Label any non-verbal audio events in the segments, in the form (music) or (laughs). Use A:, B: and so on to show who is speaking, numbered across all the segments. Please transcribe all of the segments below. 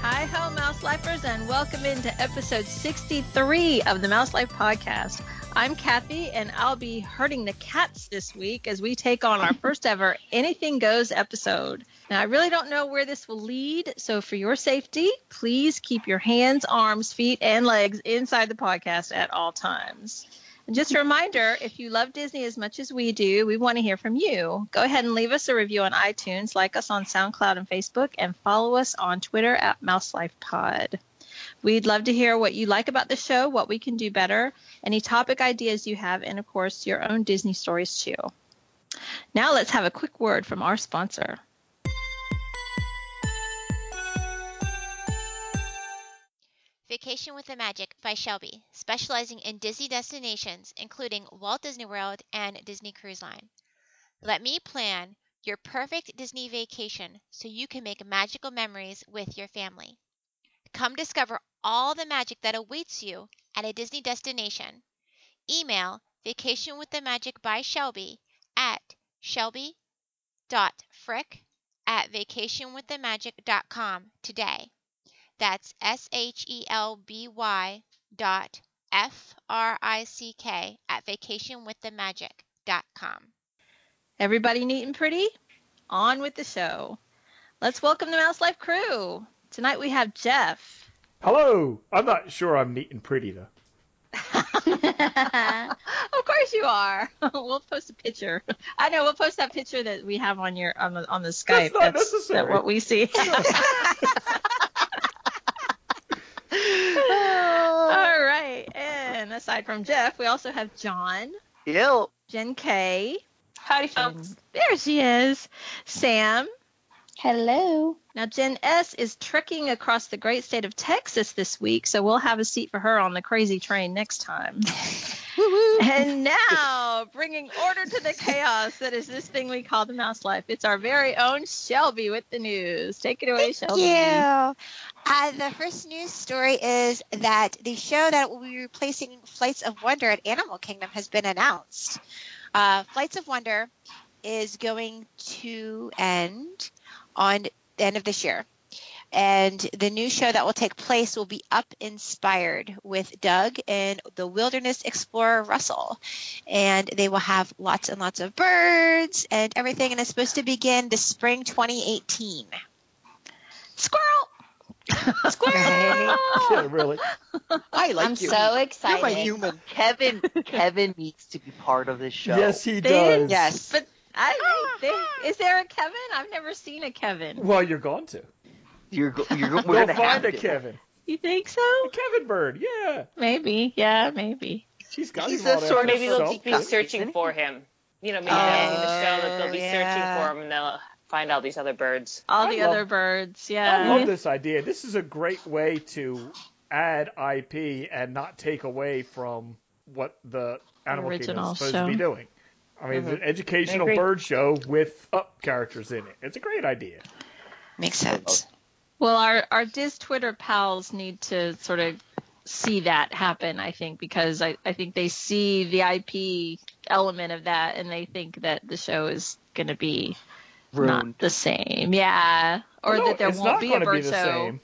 A: Hi ho, Mouse Lifers, and welcome into episode 63 of the Mouse Life Podcast. I'm Kathy, and I'll be herding the cats this week as we take on our first ever Anything Goes episode. Now, I really don't know where this will lead, so for your safety, please keep your hands, arms, feet, and legs inside the podcast at all times. And just a reminder if you love Disney as much as we do, we want to hear from you. Go ahead and leave us a review on iTunes, like us on SoundCloud and Facebook, and follow us on Twitter at MouseLifePod. We'd love to hear what you like about the show, what we can do better, any topic ideas you have, and of course, your own Disney stories too. Now let's have a quick word from our sponsor.
B: Vacation with the Magic by Shelby, specializing in Disney destinations, including Walt Disney World and Disney Cruise Line. Let me plan your perfect Disney vacation so you can make magical memories with your family. Come discover all the magic that awaits you at a Disney destination. Email Vacation with the Magic by Shelby at shelby.frick at vacationwiththemagic.com today. That's S H E L B Y dot F R I C K at vacationwiththemagic.com.
A: Everybody neat and pretty? On with the show. Let's welcome the Mouse Life crew. Tonight we have Jeff.
C: Hello. I'm not sure I'm neat and
A: (laughs)
C: pretty though.
A: of course you are. (laughs) we'll post a picture. I know we'll post that picture that we have on your on the on the Skype.
C: That's not necessary.
A: that what we
C: (laughs)
A: see. (laughs) All right. And aside from Jeff, we also have John,
D: Yeah.
A: Jen K.
E: Howdy,
A: and there she is, Sam.
E: Hello.
A: Now, Jen S is trekking across the great state of Texas this week, so we'll have a seat for her on the crazy train next time. and now, bringing order to the chaos that is this thing we call the mouse life. It's our very own Shelby with the news. Take it away, Shelby.
F: Yeah. Uh, the first news story is that the show that will be replacing Flights of Wonder at Animal Kingdom has been announced. Uh, Flights of Wonder is going to end on the end of this year. And the new show that will take place will be Up Inspired with Doug and the wilderness explorer Russell. And they will have lots and lots of birds and everything. And it's supposed to begin this spring 2018.
A: Squirrel.
C: Yeah, really.
D: I like
E: I'm
D: you.
E: so
D: You're my
E: excited.
D: human. Kevin Kevin needs to be part of this show.
C: Yes, he
A: They-
C: does.
F: Yes.
A: But I agree. They- is there a Kevin? I've never seen a Kevin.
C: Well, you're going to.
D: You're, go-
C: (laughs)
D: you're go- we're
C: We'll
D: gonna
C: find
D: have
C: a
D: to.
C: Kevin.
A: You think so?
C: A Kevin Bird. Yeah.
A: Maybe. Yeah, maybe.
C: She's got
D: He's
C: him all
D: a sort of-
E: Maybe they'll just be
D: Something.
E: searching for him. You know, maybe
F: Oh,
E: that'll be the show that they'll be
F: yeah.
E: searching for him and they'll find all these other birds.
A: All
C: I
A: the
C: love-
A: other birds. Yeah.
C: I love this idea. This is a great way to add IP and not take away from what the Animal Kingdom
A: Original
C: is supposed
A: show. Mm-hmm.
C: to be doing. I mean, it's an educational
E: I agree.
C: bird show with up characters in it. It's a great idea.
F: Makes sense.
A: Well, our our Diz Twitter pals need to sort of see that happen, I think, because I, I think they see the IP element of that and they think that the show is going to be
D: Ruined.
A: not the same. Yeah. Or
C: No,
A: that there
C: it's
A: won't
C: not
A: be a
C: gonna
A: bird
C: the
A: show.
C: same.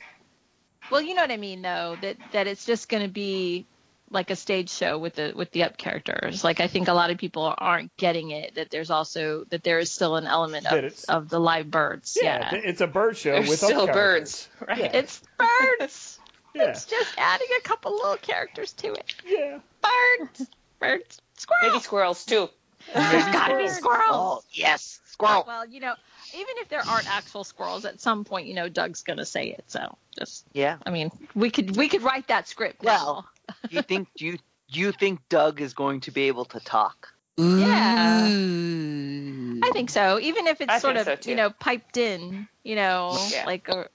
A: Well, you know what I mean though, that that it's just going to be like a stage show with the with the up characters. Like I think a lot of people aren't getting it that there's also that there is still an element
C: That
A: of,
C: it's-
A: of the live birds.
C: Yeah,
A: Yeah.
C: th- it's a bird show
E: There's
C: with
E: still
C: up characters.
E: birds, right?
C: Yeah.
A: It's birds.
C: (laughs) Yeah.
A: It's just adding a couple little characters to it.
C: Yeah.
A: Birds, birds, squirrels.
E: Maybe squirrels too.
A: There's gotta be
D: Oh,
A: squirrels.
D: yes, squirrel.
A: Well, you know, even if there aren't actual squirrels, at some point, you know, Doug's gonna say it. So just,
D: Yeah.
A: I mean, we could we could write that script.
D: Well, Do you think do you do you think Doug is going to be able to talk?
A: Yeah.
D: Ooh.
A: now. I think so. Even if it's
E: I
A: sort
E: think so,
A: of
E: too.
A: you know piped in, you know,
E: Yeah.
A: like or,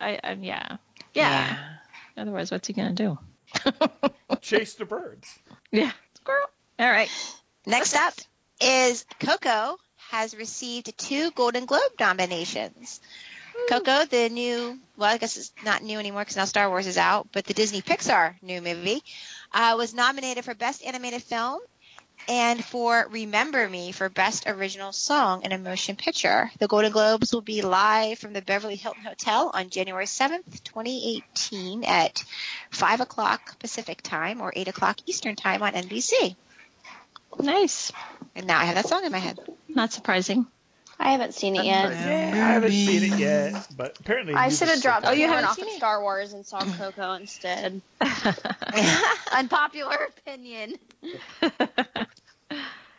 A: I, I yeah. yeah, Otherwise, what's he gonna do?
C: Chase the birds.
A: Yeah, squirrel. All right.
F: Next up is Coco has received two Golden Globe nominations. Coco, the new, well, I guess it's not new anymore because now Star Wars is out, but the Disney Pixar new movie, uh, was nominated for Best Animated Film and for Remember Me for Best Original Song in a Motion Picture. The Golden Globes will be live from the Beverly Hilton Hotel on January 7th, 2018 at 5 o'clock Pacific Time or 8 o'clock Eastern Time on NBC.
A: Nice.
F: And now I have that song in my
D: (laughs)
F: head.
A: Not surprising. (laughs)
G: I haven't seen it yet.
C: Yeah, I haven't seen it yet, but apparently
G: I
C: you
G: should have
C: just-
G: dropped
A: Oh, you
G: you one (laughs)
A: haven't
G: off
A: seen
G: of
A: it?
G: Star Wars (laughs) and saw Coco instead.
F: I
G: Unpopular opinion.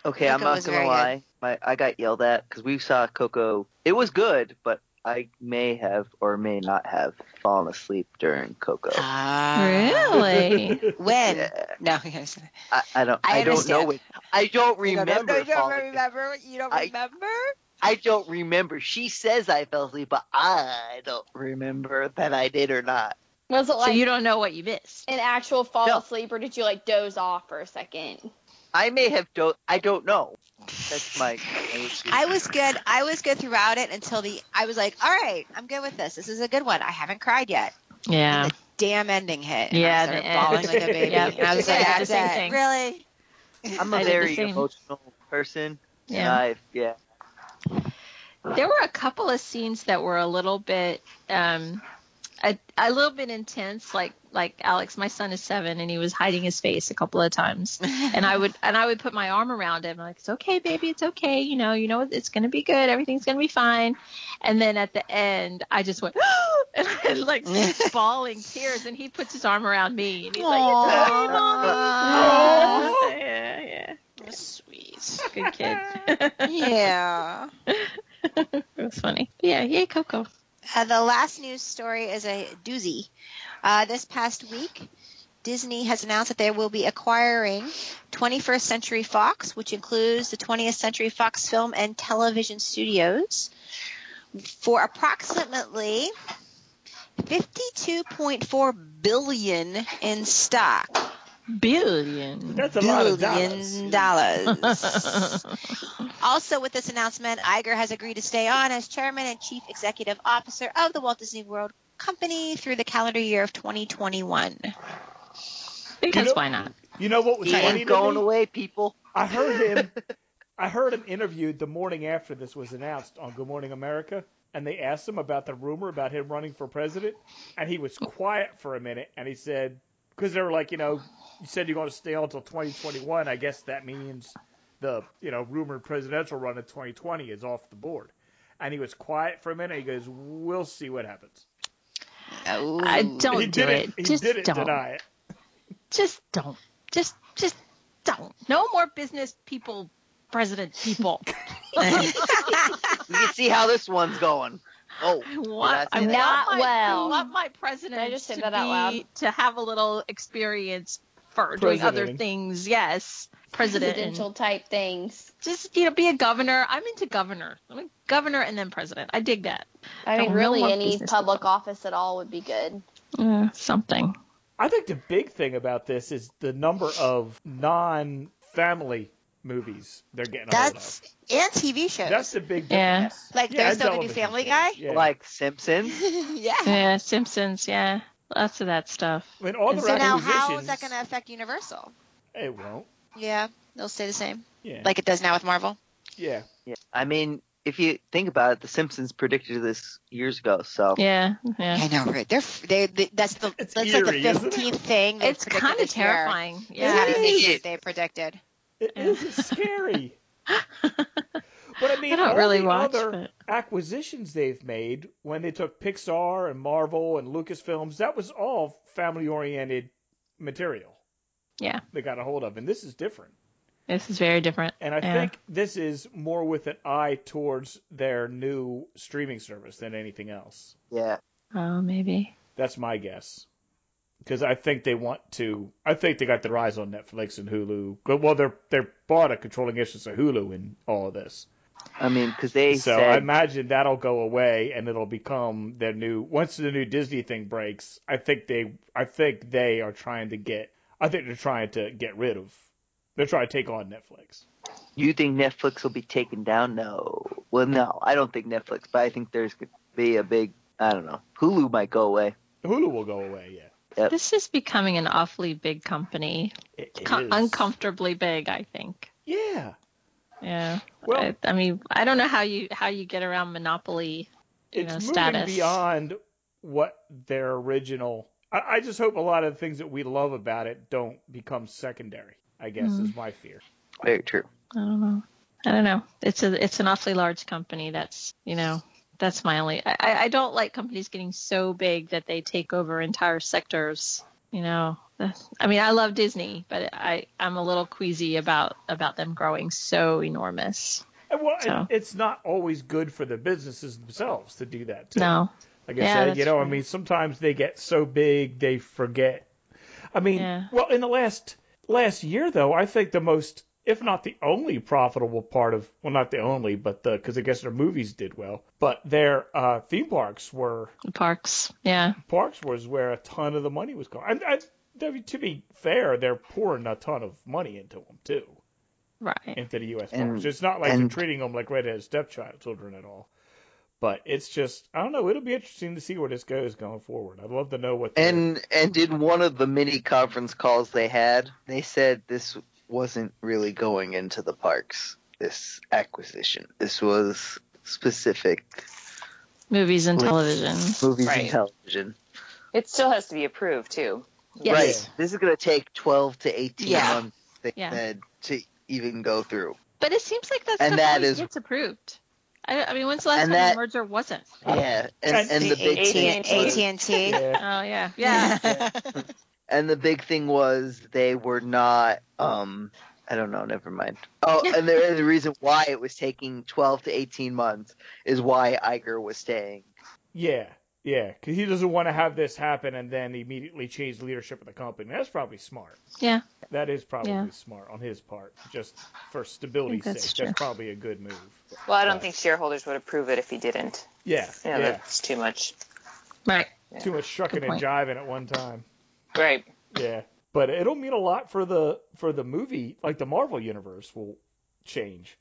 D: Okay, I'm
F: Coco
D: not
F: was
D: gonna
F: very good.
D: lie. My, I got yelled at because we saw Coco. It was good, but I may have or may not have fallen asleep during Coco.
A: really?
F: Ah. When?
D: Yeah,
F: No, I gotta say that.
D: I, I don't.
F: I
D: I, don't know.
F: understand.
D: It, I
F: You
D: don't
F: don't-
D: remember.
F: no, you don't
D: falling-
F: remember. You don't
D: I-
F: remember.
D: I don't remember. She says I fell asleep, but I don't remember that I did or not.
G: Was it
A: so
G: like
A: you don't know what you missed.
G: an actual fall
D: No.
G: asleep, or did you like doze off for a second?
D: I may have. Do- I don't know. That's my. my issue.
F: I was good. I was good throughout it until the. I was like, all right, I'm good with this. This is a good one. I haven't cried yet.
A: Yeah.
F: Damn ending hit. and
A: Yeah,
F: I started
A: the end.
F: bawling like a baby.
A: Yeah, I was like,
F: Yeah,
A: I did the same
F: that-
A: thing.
F: Really?
D: I'm
A: I
D: a
A: did the
D: very
A: same.
D: emotional person. and
A: Yeah.
D: I, yeah.
A: There were a couple of scenes that were a little bit um a, a little bit intense like like Alex my son is 7 and he was hiding his face a couple of times and I would and I would put my arm around him like it's okay baby it's okay you know you know it's going to be good everything's going to be fine and then at the end I just went (gasps) and I had
F: (laughs)
A: like bawling tears and he puts his arm around me and he's like it's okay
F: Aw.
A: mom (laughs) yeah yeah
F: Sweet.
A: good kid
F: (laughs) Yeah.
A: (laughs) it was funny yeah yay Coco
F: Uh, the last news story is a doozy. Uh, this past week, Disney has announced that they will be acquiring 21st Century Fox, which includes the 20th Century Fox Film and Television Studios, for approximately 52.4 billion in stock.
A: billion
C: That's a lot of dollars.
F: billion (laughs) dollars. Also, with this announcement, Iger has agreed to stay on as chairman and chief executive officer of the Walt Disney World Company through the calendar year of 2021.
A: Because
C: You know-
A: why not?
C: You know what was
D: He
C: funny
D: ain't
C: to
D: going
C: me?
D: away, people.
C: I
A: (laughs)
C: heard him. I heard him interviewed the morning after this was announced on Good Morning America, and they asked him about the rumor about him running for president, and he was quiet for a minute, and he said, because they were like, you know, you said you're going to stay on until 2021. I guess that means the you know rumored presidential run in 2020 is off the board, and he was quiet for a minute. He goes, "We'll see what happens."
A: I don't
C: he
A: do
C: didn't.
A: it.
C: He
A: Just
C: didn't
A: don't.
C: deny it.
A: Just don't. Just just don't. No more business people, president (laughs) people.
D: We can see how this one's going. Oh,
A: I want,
D: I
A: I
D: say that?
A: want
G: Not
A: my,
G: well.
A: I want my president
G: Did I just say
A: to
G: that out
A: be- to have a little experience for doing other
C: Presidenting.
A: things. Yes, president.
G: Presidential type things.
A: Just you know, be a governor. I'm into governor. I'm a governor and then president. I dig that.
G: I mean,
A: Don't
G: really,
A: know what
G: any
A: business
G: public office at all would be good.
A: Uh, something.
C: I think the big thing about this is the number of non-family movies they're getting. a hold
F: That's and TV
C: of.
F: shows.
C: that's
F: (laughs)
C: the big
A: Yeah.
C: difference.
F: Like,
C: Yeah,
F: there's
C: and
F: no gonna be
C: television
F: Family
C: shows.
F: Guy?
C: Yeah.
D: like Simpsons.
F: yeah.
A: Yeah, Simpsons. Yeah, lots of that stuff.
C: I mean, all the
A: So
F: So now, how
C: acquisitions-
F: is that going to affect Universal?
C: It won't.
F: Yeah, they'll stay the same,
C: Yeah.
F: like it does now with Marvel.
C: yeah.
D: Yeah. I mean, if you think about it, The Simpsons predicted this years ago. So
A: Yeah, yeah.
F: I know, right? They're they, they that's the
C: It's
F: that's like
C: eerie,
F: the
C: isn't it?
F: fifteenth thing. they've
A: It's
F: predicted
A: kind of
F: this year.
A: terrifying.
F: They haven't
A: Yeah.
D: It
F: made
D: is.
F: it, They predicted.
C: It
A: Yeah.
C: is it's
A: (laughs)
C: scary. but I mean,
A: I don't
C: all
A: really
C: the
A: watch,
C: other
A: but
C: acquisitions they've made when they took Pixar and Marvel and Lucasfilms, that was all family-oriented material.
A: Yeah.
C: They got a hold of, and this is different.
A: this is very different.
C: And I
A: Yeah.
C: think this is more with an eye towards their new streaming service than anything else.
D: yeah.
A: Oh, maybe.
C: That's my guess. Because I think they want to. I think they got their eyes on Netflix and Hulu. But, Well, they're they're bought a controlling interest of Hulu in all of this.
D: I mean, because they
C: so I
D: said
C: imagine that'll go away and it'll become their new. Once the new Disney thing breaks, I think they I think they are trying to get. I think they're trying to get rid of. They're trying to take on Netflix.
D: you think Netflix will be taken down. No, well, no, I don't think Netflix, but I think there's gonna be a big. I don't know. Hulu might go away.
C: Hulu will go away. Yeah.
D: Yep.
A: This is becoming an awfully big company,
C: It, it
A: Co-
C: is.
A: uncomfortably big, I think.
C: Yeah.
A: Yeah.
C: Well,
A: I, I mean, I don't know how you how you get around monopoly. You
C: it's
A: know,
C: moving
A: status.
C: beyond what their original. I, I just hope a lot of the things that we love about it don't become secondary. I guess
A: Mhm.
C: is my fear.
D: Very true.
A: I don't know. I don't know. It's a it's an awfully large company. That's you know that's my only. I- I I don't like companies getting so big that they take over entire sectors. You know. That's- I mean, I love Disney, but I I'm a little queasy about about them growing so enormous.
C: And well,
A: So.
C: it- it's not always good for the businesses themselves to do that. Too.
A: No.
C: Like I
A: Yeah,
C: said, you
A: that's
C: know, I
A: true.
C: mean, sometimes they get so big they forget. I mean,
A: Yeah.
C: well, in the last last year though, I think the most, if not the only profitable part of, well, not the only, but the because I guess their movies did well, but their uh, theme parks were
A: The parks. Yeah.
C: parks was where a ton of the money was going. And, and I mean, to be fair, they're pouring a ton of money into them too,
A: Right.
C: into the U.S.
D: And-
C: parks. It's not like they're
D: and-
C: treating them like redheaded stepchild children at all. But it's just, I don't know. It'll be interesting to see where this goes going forward. I'd love to know what. their-
D: And and in one of the mini conference calls they had, they said this wasn't really going into the parks. This acquisition. This was specific
A: Movies and
D: Like-
A: television.
D: movies
E: Right.
D: and television.
E: It still has to be approved too.
A: Yes.
D: Right. This is going to take 12 to 18
A: Yeah.
D: months. They
A: Yeah.
D: said to even go through.
A: But it seems like that's
D: And
A: stuff
D: that
A: always
D: is-
A: gets approved. I, I mean, when's the last
D: And
A: time
D: that-
A: a merger wasn't?
D: Yeah. And, and the big
E: AT&T.
D: thing
F: AT&T.
A: Oh
C: Yeah.
A: yeah, yeah.
D: And the big thing was they were not. Um, I don't know. Never mind. Oh, and the, the reason why it was taking 12 to 18 months is why Iger was staying.
C: Yeah, yeah, because he doesn't want to have this happen and then immediately change leadership of the company. That's probably smart.
A: Yeah.
C: That is probably
A: Yeah.
C: smart on his part, just for stability's
A: that's
C: sake.
A: true.
C: That's probably a good move.
E: Well, I don't
C: Right.
E: think shareholders would approve it if he didn't.
C: Yeah,
E: Yeah,
C: yeah.
E: that's too much.
A: right.
C: Too much shucking
A: Good
C: and
A: point.
C: jiving at one time.
E: Right.
C: Yeah, but it'll mean a lot for the for the movie. Like the Marvel universe will change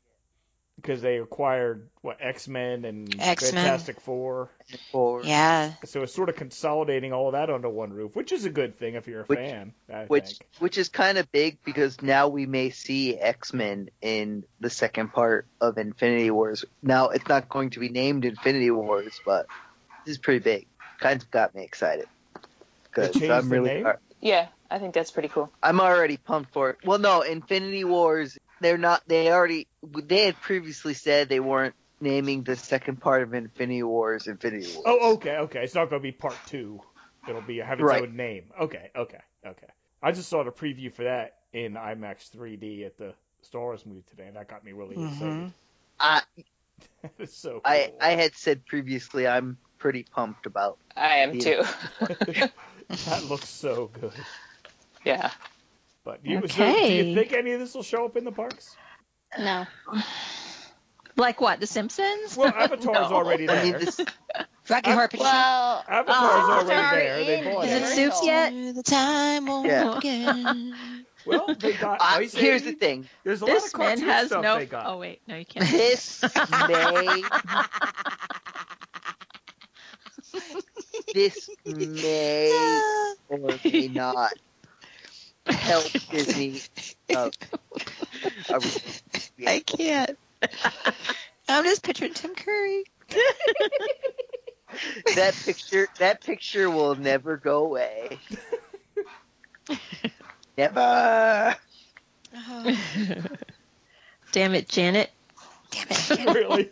C: because they acquired what X Men and
F: X-Men.
C: Fantastic Four.
D: Or,
F: Yeah.
C: So it's sort of consolidating all of that under one roof, which is a good thing if you're a
D: Which-
C: fan. I
D: Which
C: think.
D: which is kind of big because now we may see X Men in the second part of Infinity Wars. Now it's not going to be named Infinity Wars, but this is pretty big. Kind of got me excited because
C: They changed
D: I'm
C: the
D: really
C: name?
E: Yeah, I think that's pretty cool.
D: I'm already pumped for it. Well, no, Infinity Wars. They're not. They already. They had previously said they weren't naming the second part of Infinity Wars. Infinity Wars.
C: Oh, okay, okay. It's not going to be part two. It'll be have its
D: Right.
C: own name. Okay, okay, okay. I just saw the preview for that in IMAX 3D at the Star Wars movie today, and that got me really
F: Mhm.
A: Mm-hmm.
C: excited. (laughs)
D: I
C: it's so cool.
D: I I had said previously I'm pretty pumped about.
E: I am
D: Yeah.
E: too.
C: (laughs) that looks so good.
E: (laughs) yeah.
C: But you, so, do
A: Okay.
C: you think any of this will show up in the parks?
G: No.
A: Like what? The Simpsons?
D: (laughs)
C: Well, Avatar's already there.
D: I mean, this,
F: Rocky Horror Picture Show.
G: Well,
C: Avatar's
A: Oh,
C: already
G: they're
C: there. They
G: already
C: bought
G: in.
A: Is it
C: it.
G: Very
A: soups
G: cool.
A: yet?
F: The time won't (laughs)
D: Yeah.
F: again.
C: Well, (laughs) they got
D: I,
C: Ice
D: Uh, here's
C: Age.
D: the thing.
C: There's a
A: This
C: lot of
A: man
C: cartoon
A: has
C: stuff
A: no.
C: they got.
A: Oh wait, no,
C: (laughs)
A: you can't.
D: This may this may or may not help Disney. Uh, uh,
F: I can't. (laughs) I'm just picturing Tim Curry.
D: that picture that picture will never go away. (laughs)
A: (laughs)
D: never.
A: Uh-huh.
F: Oh,
A: (laughs) Damn it, Janet.
F: damn it.
C: (laughs) really.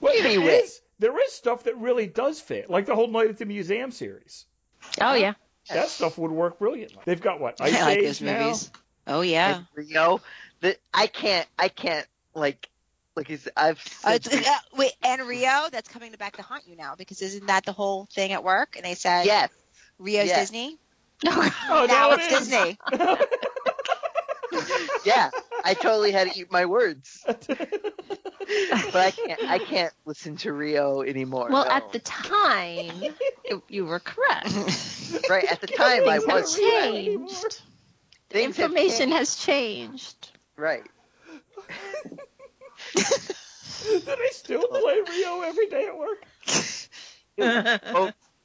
C: well,
D: Anyway.
C: there is, there is stuff that really does fit, like the whole Night at the Museum series.
A: Oh yeah.
C: That stuff would work brilliantly. They've got what Ice
F: I like
C: Age
F: his
C: now.
F: movies. Oh, yeah.
D: And, you know, the, I can't I can't like like it's, I've
F: Uh,
D: said,
F: it's- uh, wait, and Rio, that's coming to back to haunt you now because isn't that the whole thing at work? And they said
D: yes.
F: Rio's
D: yeah.
F: Disney.
A: (laughs)
C: Oh,
F: now
C: now it
F: it's
C: is. (laughs)
F: Disney.
D: Yeah, I totally had to eat my words,
C: (laughs)
D: (laughs) but I can't. I can't listen to Rio anymore.
A: Well,
D: no.
A: at the time, it- you were
C: (laughs)
A: correct.
D: right at the time, I
A: Things have
D: was.
A: changed.
D: Things have
A: Information
D: changed.
A: has changed.
C: (laughs)
D: Right.
C: Do they still play Rio every day at work,
D: Oh,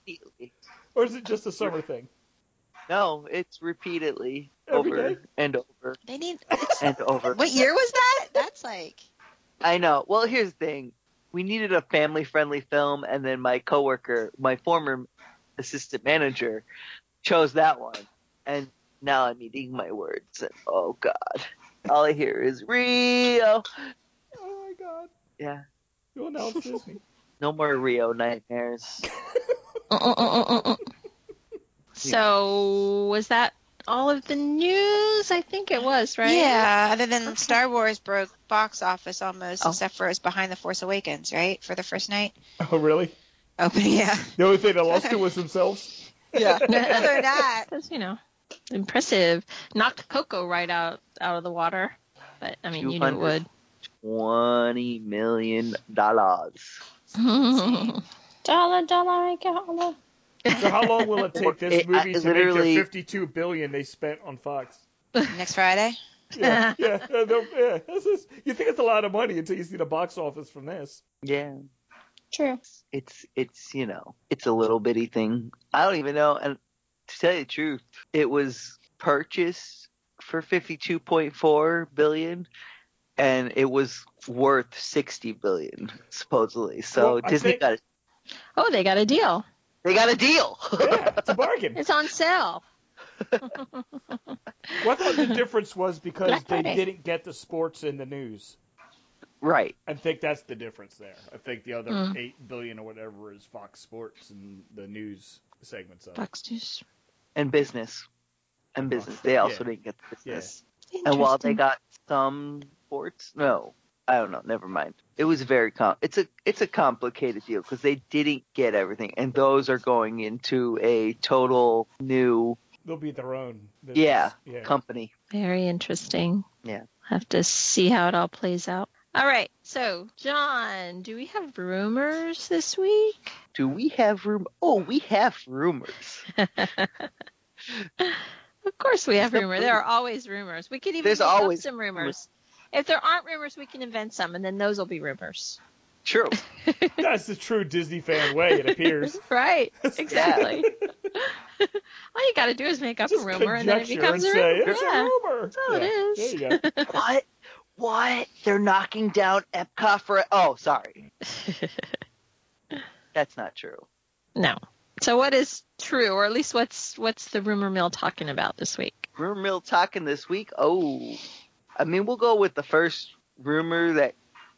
D: completely.
C: or is it just a summer thing?
D: No, it's repeatedly
C: Every
D: over
C: day?
D: and over
A: They need.
D: and over.
F: What year was that? That's like
D: I know. Well, here's the thing. We needed a family-friendly film, and then my coworker, my former assistant manager, chose that one. And now I'm eating my words. And, oh God! All I hear is Rio.
C: Oh my god.
D: Yeah.
C: You announced Disney.
D: No more Rio nightmares.
A: Uh, So was that all of the news? I think it was, right?
F: yeah. Other than Star Wars broke box office almost,
D: Oh.
F: except for it was behind the Force Awakens, right, for the first night
C: (laughs) Oh really?
F: opening. Yeah,
C: The only thing they lost to was themselves.
F: yeah. (laughs) Other than that,
A: Because you know, impressive. Knocked Coco right out out of the water. But I mean, you knew it
D: 200.
A: would.
D: Twenty million dollars.
A: (laughs)
E: Dollar, dollar, I got one.
C: (laughs) So how long will it take this
D: It- I
C: movie to make
D: literally-
C: their 52 billion they spent on Fox?
F: (laughs) next Friday.
C: Yeah, yeah, uh, they'll- yeah. This is, you think it's a lot of money until you see the box office from this.
D: Yeah.
E: True.
D: it's it's you know it's a little bitty thing i don't even know and to tell you the truth it was purchased for 52.4 billion and it was worth 60 billion supposedly so
C: Well, I
D: disney
C: think-
D: got a,
A: oh, they got a deal.
D: they got a deal (laughs)
C: Yeah, it's a bargain.
A: It's on sale.
C: Well, I thought the difference was because
A: Black
C: they
A: Friday.
C: didn't get the sports in the news.
D: right
C: I think that's the difference there. I think the other
A: Hmm.
C: eight billion or whatever is Fox Sports and the news segments of it.
A: Fox News.
D: and business and business they also didn't get the business and while they
A: Interesting.
D: got some sports no i don't know never mind it was very com it's a it's a complicated deal because they didn't get everything and those are going into a total new
C: They'll be their own. business.
D: Yeah.
C: yeah.
D: company
A: Very interesting.
D: Yeah.
A: Have to see how it all plays out. All right. So, John, do we have rumors this week?
D: do we have room oh we have rumors
A: Of course, we have
D: There's no
A: rumor. There are always rumors. We could even
D: There's
A: make up
D: always
A: some rumors. If there aren't rumors, we can invent some, and then those will be rumors.
D: true
C: (laughs) That's the true Disney fan way,
A: (laughs)
C: it appears. (laughs)
A: Right. Exactly. (laughs) all you got to do is make up
C: Just
A: a rumor, and then it
C: conjecture
A: becomes
C: and
A: a rumor.
C: say, it's
A: yeah.
C: a rumor.
A: That's all it
C: yeah.
A: is. (laughs)
C: There you go.
D: what what they're knocking down epcot for oh sorry that's not true
A: no. So, what is true, or at least what's what's the rumor mill talking about this week?
D: rumor mill talking this week. Oh, I mean, we'll go with the first rumor that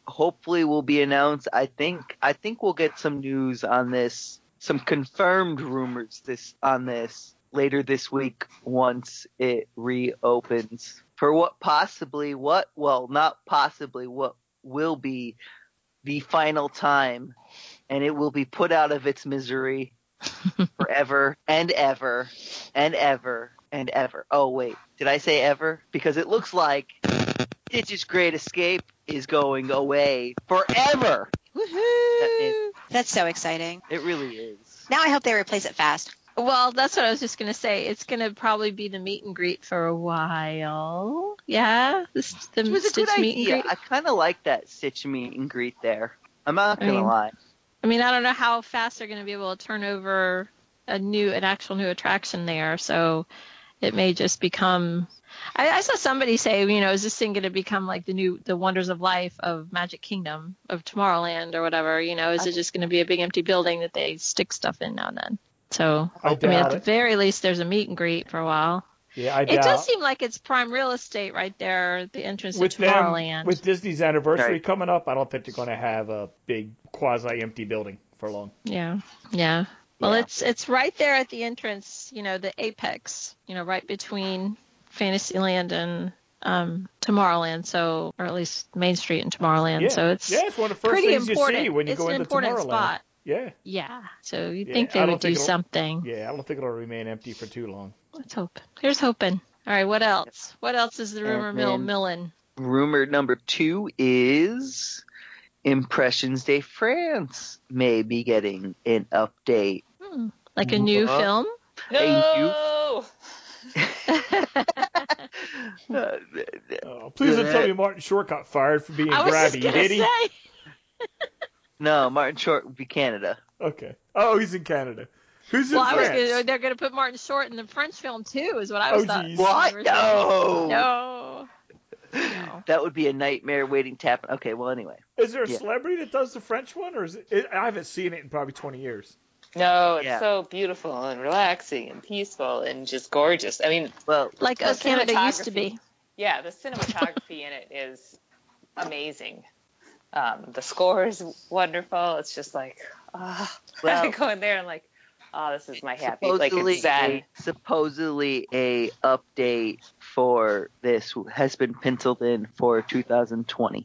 D: hopefully will be announced. I think I think we'll get some news on this, some confirmed rumors this on this later this week once it reopens for what possibly what well not possibly what will be the final time and it will be put out of its misery forever and ever and ever and ever. Oh wait, did I say ever? Because it looks like Stitch's Great Escape is going away forever.
F: Woohoo! That's so exciting.
D: It really is.
F: Now I hope they replace it fast.
A: Well, that's what I was just gonna say. It's gonna probably be the meet and greet for a while. Yeah, this the
D: It was a
A: Stitch
D: good
A: meet and
D: idea.
A: greet.
D: I kind of like that Stitch meet and greet there. I'm not
A: I
D: gonna
A: mean-
D: lie.
A: I mean, I don't know how fast they're gonna be able to turn over a new, an actual new attraction there. So it may just become. I, I saw somebody say, you know, is this thing gonna become like the new, the Wonders of Life of Magic Kingdom of Tomorrowland or whatever? You know, is it just gonna be a big empty building that they stick stuff in now and then? So
C: I
A: I mean, at
C: doubt
A: the
C: it.
A: very least, there's a meet and greet for a while.
C: Yeah, I
A: It
C: doubt
A: does seem like it's prime real estate right there, the entrance
C: with
A: to Tomorrowland.
C: them, with Disney's anniversary
D: Right.
C: coming up, I don't think they're going to have a big quasi-empty building for long.
A: yeah, yeah. Well,
D: Yeah.
A: it's it's right there at the entrance, you know, the apex, you know, right between Fantasyland and um, Tomorrowland, so or at least Main Street and Tomorrowland.
C: yeah.
A: So it's
C: yeah, it's one of the first
A: pretty
C: things
A: important.
C: you see when you
A: it's
C: go
A: an
C: into
A: important
C: Tomorrowland.
A: spot.
C: Yeah,
A: Yeah. So you'd
C: Yeah,
A: think
C: I
A: they
C: don't
A: would
C: think
A: do
C: it'll-
A: something.
C: yeah. I don't think it'll remain empty for too long.
A: Let's hope. Here's hoping. All right, what else? What else is the rumor mill
D: then-
A: milling?
D: Rumor number two is Impressions de France may be getting an
A: (laughs)
D: update.
A: Hmm. Like a
C: Mm-hmm.
A: new
D: What?
A: film? (laughs)
E: No.
D: Uh,
C: Oh, please don't tell me Martin Short got fired for being
A: I was just
C: grabby,
A: gonna
C: did he?
A: say.
D: no, Martin Short would be Canada.
C: Okay. Oh, he's in Canada. Who's in
A: Well, I was
C: France?
A: gonna, they're going to put Martin Short in the French film too, is what I was
C: Oh,
A: thought.
C: geez.
A: they
D: What?
A: were saying.
D: No.
A: No. No.
D: (laughs) That would be a nightmare waiting to happen. Okay, well, anyway.
C: Is there a
D: Yeah.
C: celebrity that does the French one, or is it, it? I haven't seen it in probably 20 years.
H: No, it's
D: Yeah.
H: so beautiful and relaxing and peaceful and just gorgeous. I mean,
D: Well,
A: Like
H: Well,
A: us Canada used to be.
H: yeah, the cinematography in it is amazing. Um, the score is wonderful. It's just like, ah, (laughs)
D: Well-
H: I go in there and like, oh, this is my happy, like
D: supposedly,
H: it's zen.
D: a, supposedly a update for this has been penciled in for 2020.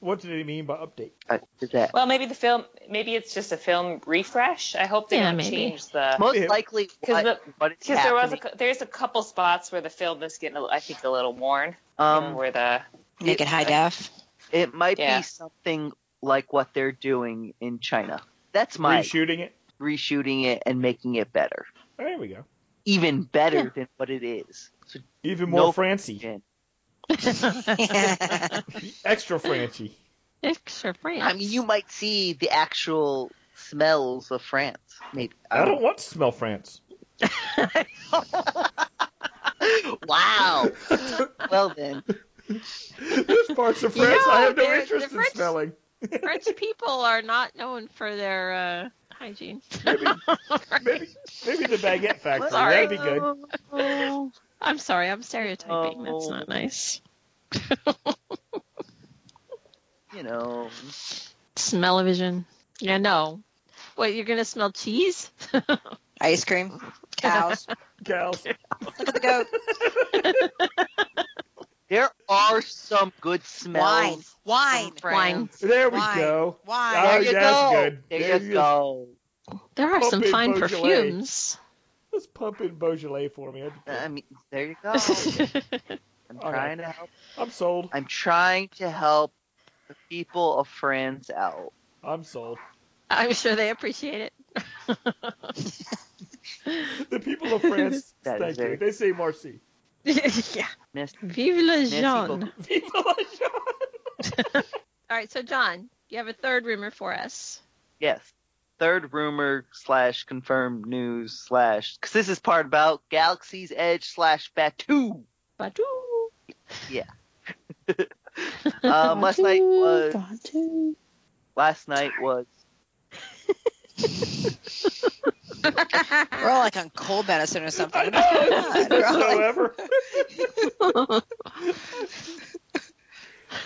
C: What did he mean by update?
D: Uh, is that
H: Well, maybe the film, maybe it's just a film refresh. I hope they
A: Yeah,
H: don't
A: maybe.
H: change the
D: most
C: Yeah.
D: likely
H: because
D: what, what is
H: there was a,
D: happening?
H: cou- there's a couple spots where the film is getting, a, I think, a little worn. you know,
D: um,
H: where the
F: Make it high (laughs) def.
D: it might
H: Yeah.
D: be something like what they're doing in China. That's my
C: Reshooting it.
D: reshooting it and making it better,
C: There we go.
D: even better than what it is. So,
C: Even
D: No.
C: more Francy,
D: Jen,
C: (laughs) extra Francy.
A: Extra France.
D: I mean, you might see the actual smells of France. Maybe
C: I don't want to smell (laughs) France.
D: (laughs)
C: Oh.
D: wow. well then,
C: (laughs) There's parts of France
A: Yeah,
C: I have no
A: they're-
C: interest
A: the
C: in
A: French-
C: smelling.
A: (laughs) French people are not known for their uh, hygiene.
C: Maybe, maybe the
A: (laughs)
C: baguette factory.
A: Sorry.
C: That'd be good.
A: I'm sorry, I'm stereotyping. That's
D: Oh.
A: not nice.
D: you know.
A: Smell-o-vision. Yeah, no. What, you're going to smell cheese?
F: Ice cream. Cows.
C: Gals.
F: (laughs) Look at the goat.
D: There are some good smells.
F: Wine. Wine.
D: from
A: Wine.
D: France.
C: There we
F: Wine.
C: go.
F: Wine.
C: Oh,
D: There you
C: that's
D: go.
C: good.
D: There,
C: There
D: you
C: you-
D: go.
A: There are some
C: Pumping
A: fine
C: Beaujolais.
A: perfumes.
C: Let's pump in Beaujolais for me. That'd be
D: I
C: good.
D: mean,
A: (laughs)
D: there you go.
C: Oh,
D: I'm
C: All
D: trying to help.
C: I'm sold.
D: I'm trying to help the people of France out.
C: I'm sold.
A: I'm sure they appreciate it.
C: The people of France,
D: That is
C: thank you.
D: very-
C: They say Marcy.
A: (laughs) yeah.
D: Miss-
A: Vive la
D: Nancy
A: Jean.
D: Gold-
C: Vive la joie.
A: All right, so John, you have a third rumor for us.
D: Yes. Third rumor slash confirmed news slash because this is part about Galaxy's Edge slash Batu.
A: Badu.
G: Uh, (laughs)
D: Um, last night was
E: Batu.
D: last night was
F: We're
A: (laughs)
F: all like on cold medicine or something.
C: I know.
F: We're all like-
C: However,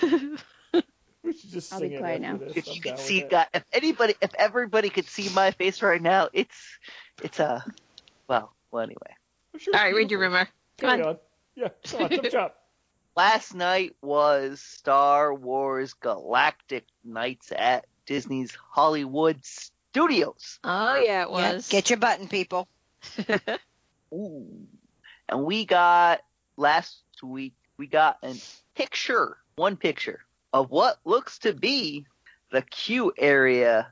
C: we should just
G: I'll
C: sing
G: be
C: it
G: quiet
C: after
G: now.
C: This.
D: if
C: I'm
D: you
C: down
D: could
C: with
D: see
C: that.
D: God, if anybody if everybody could see my face right now, it's it's a well well anyway.
C: I'm sure
A: All
C: it's
A: right, read your
C: beautiful.
A: rumor. Come
C: Carry
A: on.
C: on. Yeah, come on, chop chop.
D: Last night was Star Wars Galactic Nights at Disney's Hollywood Studios.
A: Oh, yeah, it
F: Yeah,
A: was.
F: Get your button, people.
D: Ooh. And we got last week we got a picture, one picture of what looks to be the queue area,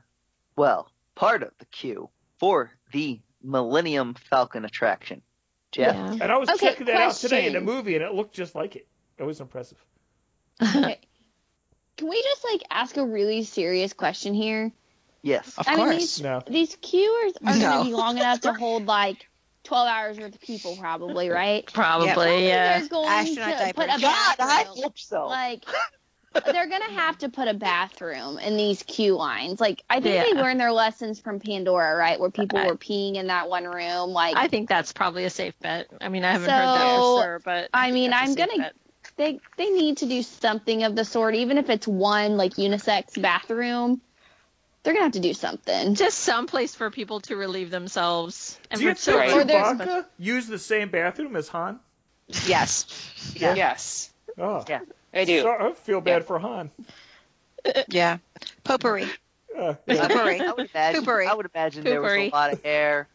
D: well, part of the queue for the Millennium Falcon attraction. Jeff,
C: And I was
G: Okay,
C: checking that out today in a
G: question.
C: movie, and it looked just like it. It was impressive.
G: Can we just like ask a really serious question here?
D: yes.
F: Of
G: I mean,
F: course.
C: No,
G: These queuers are
F: No.
G: gonna be long enough
A: (laughs)
G: to hold like 12 hours worth of people, probably, right?
A: Probably, yeah.
G: They're going
F: Astronaut
G: to put a
F: diapers.
D: God, I
G: bathroom.
D: hope
A: (laughs)
D: so.
G: like they're gonna have to put a bathroom in these queue lines. Like I think they
A: Yeah.
G: learned their lessons from Pandora, right? Where people
A: I-
G: were peeing in that one room. Like
A: I
G: I,
A: think that's probably a safe bet. I mean, I haven't heard that for
G: So,
A: sure, but think
G: mean,
A: that's a
G: I'm
A: safe
G: gonna
A: bet.
G: they they need to do something of the sort, even if it's one like unisex bathroom. They're gonna have to do something.
A: just someplace for people to relieve themselves and
C: do you
A: for
C: think
A: children.
G: Or there's-
C: Chewbacca used the same bathroom as Han?
F: (laughs) Yes.
D: Yeah.
H: Yes,
C: Oh,
D: Yeah.
H: I do.
C: So, I feel bad for Han.
F: Yeah. Potpourri.
D: (laughs)
C: Uh,
D: I
C: yeah.
D: would-
F: Poopery.
D: I would imagine,
F: Poopery.
D: I would imagine there was a
A: Poopery.
D: lot of hair.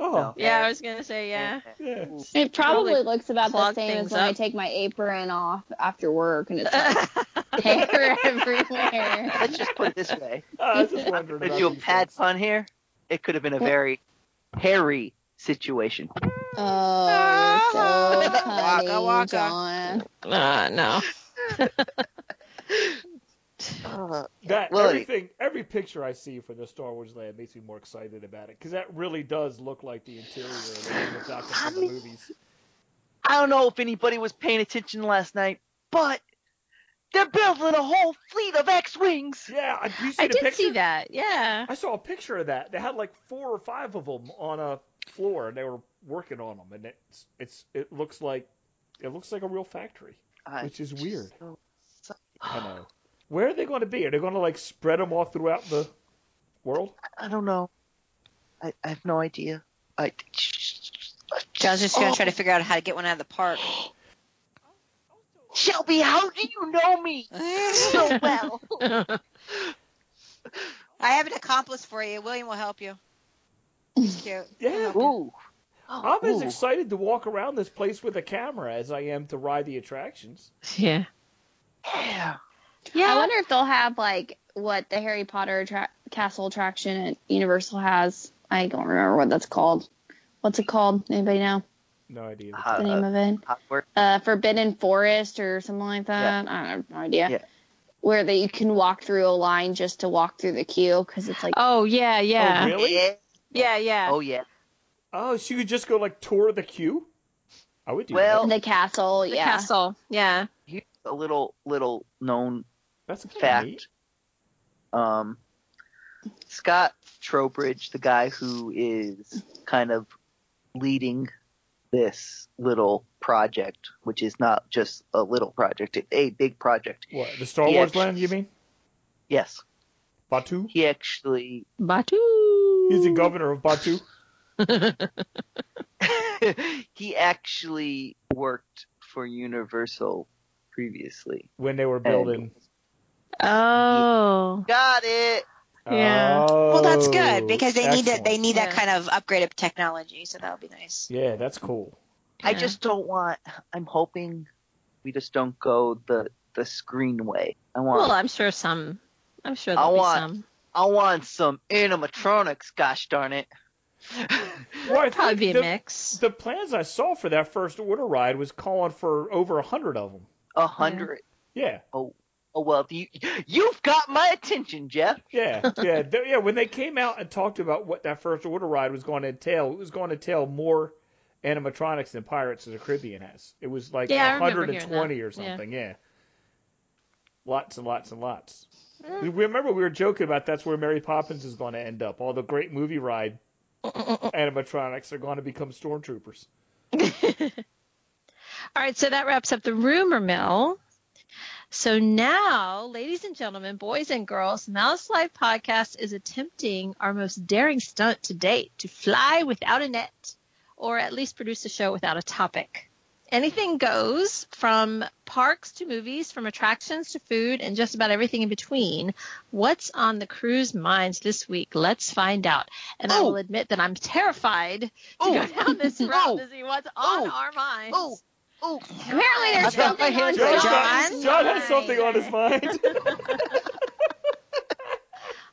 C: Oh,
D: No.
A: Yeah, I was gonna say yeah.
C: yeah.
G: It
A: (laughs)
G: probably
A: Probably
G: looks about the
A: clog
G: same as
A: things
G: when I
A: up.
G: take my apron off after work and it's (laughs) like hair (laughs) everywhere.
D: Let's just put it this (laughs) way.
C: Uh, I was just wondering.
D: If
C: about
D: you a
C: these
D: pad
C: things.
D: pun here, it could have been a very hairy situation.
G: Oh, (laughs) so
F: Waka,
A: (laughs)
G: funny,
F: waka.
G: John.
A: Uh, no.
D: Well,
C: That
D: Well,
C: everything, every picture I see for the Star Wars land makes me more excited about it because that really does look like the interior of the without the, from the movies.
D: I don't know if anybody was paying attention last night, but they're building a whole fleet of X-wings.
C: Yeah, I- do you see
A: I
C: the
A: did
C: picture?
A: see that. Yeah.
C: I saw a picture of that. They had like four or five of them on a floor, and they were working on them, and it's it's it looks like it looks like a real factory,
D: I-
C: which is weird.
D: so-
C: I know. Where are they going to be? Are they going to like spread them all throughout the world?
D: I don't know. I, I have no idea. I.
F: John's just gonna
D: Oh,
F: try to figure out how to get one out of the (gasps) park. (laughs)
D: Shelby, how do you know me
F: (laughs)
D: so well?
F: Oh, I have an accomplice for you. William will help you. It's cute.
C: Yeah.
D: Ooh.
C: I'm as
D: Ooh.
C: excited to walk around this place with a camera as I am to ride the attractions.
A: Yeah.
D: Yeah.
G: I wonder if they'll have like what the Harry Potter attra- castle attraction at Universal has. I don't remember what that's called. What's it called? Anybody know
C: No idea.
G: the name
D: Uh,
G: of it?
D: Hogwarts.
G: Uh, Forbidden Forest or something like that. I have no idea.
D: Yeah.
G: Where that you can walk through a line just to walk through the queue because it's like
A: Oh yeah, yeah,
C: Oh, really?
D: Yeah.
A: yeah, yeah.
D: Oh yeah.
C: Oh, she could just go like tour the queue. I would do
D: Well-
C: that.
G: Oh. the castle.
A: the
G: yeah.
A: castle. Yeah.
D: Here's a little little known
C: That's kinda
D: fact.
C: neat.
D: Um, Scott Trowbridge, the guy who is kind of leading this little project, which is not just a little project, it's a big project.
C: What the Star
D: He
C: Wars
D: actu-
C: land? You mean
D: Yes,
C: Batu?
D: he actually (laughs)
A: Batu.
C: He's the governor of Batu.
D: he actually worked for Universal previously.
C: when they were building.
A: Oh.
D: Got it.
A: Yeah.
C: Oh,
F: Well, that's good because they need that.
C: excellent.
F: They need that
A: Yeah.
F: kind of upgraded technology, so that'll be nice.
C: Yeah, that's cool.
D: I
A: Yeah.
D: just don't want. I'm hoping we just don't go the the screen way. I want.
A: Well, I'm sure some. I'm sure
D: I
A: there'll be
D: want-
A: some.
D: I want some animatronics. Gosh darn it. (laughs)
C: Well, I
A: Probably
C: think
A: be a
C: the,
A: mix.
C: The plans I saw for that first order ride was calling for over a hundred of them.
D: A hundred.
C: Yeah,
D: Oh well, you you've got my attention, Jeff.
C: yeah, yeah, They- yeah. When they came out and talked about what that first order ride was going to entail, it was going to entail more animatronics than Pirates of the Caribbean has. It was like
A: Yeah, I remember hearing
C: 120
A: that.
C: or
A: Yeah.
C: something. Yeah. lots and lots and lots.
A: Mm.
C: We Remember, we were joking about that's where Mary Poppins is going to end up. All the great
A: (laughs)
C: movie ride animatronics are going to become stormtroopers.
A: All right, so that wraps up the rumor mill. So now, ladies and gentlemen, boys and girls, Mouse Life Podcast is attempting our most daring stunt to date to fly without a net, or at least produce a show without a topic. Anything goes from parks to movies, from attractions to food, and just about everything in between. What's on the crew's minds this week? Let's find out. And I
D: Oh.
A: will admit that I'm terrified to
D: Oh.
A: (laughs) go down this road
D: (laughs) Oh.
A: to see what's on
D: Oh.
A: our minds.
D: Oh, oh,
G: Apparently there's
D: I've got my
G: something on
A: Oh
D: hands
C: John,
F: John's
C: got-
F: mind.
C: John has something on his
A: (laughs)
C: mind.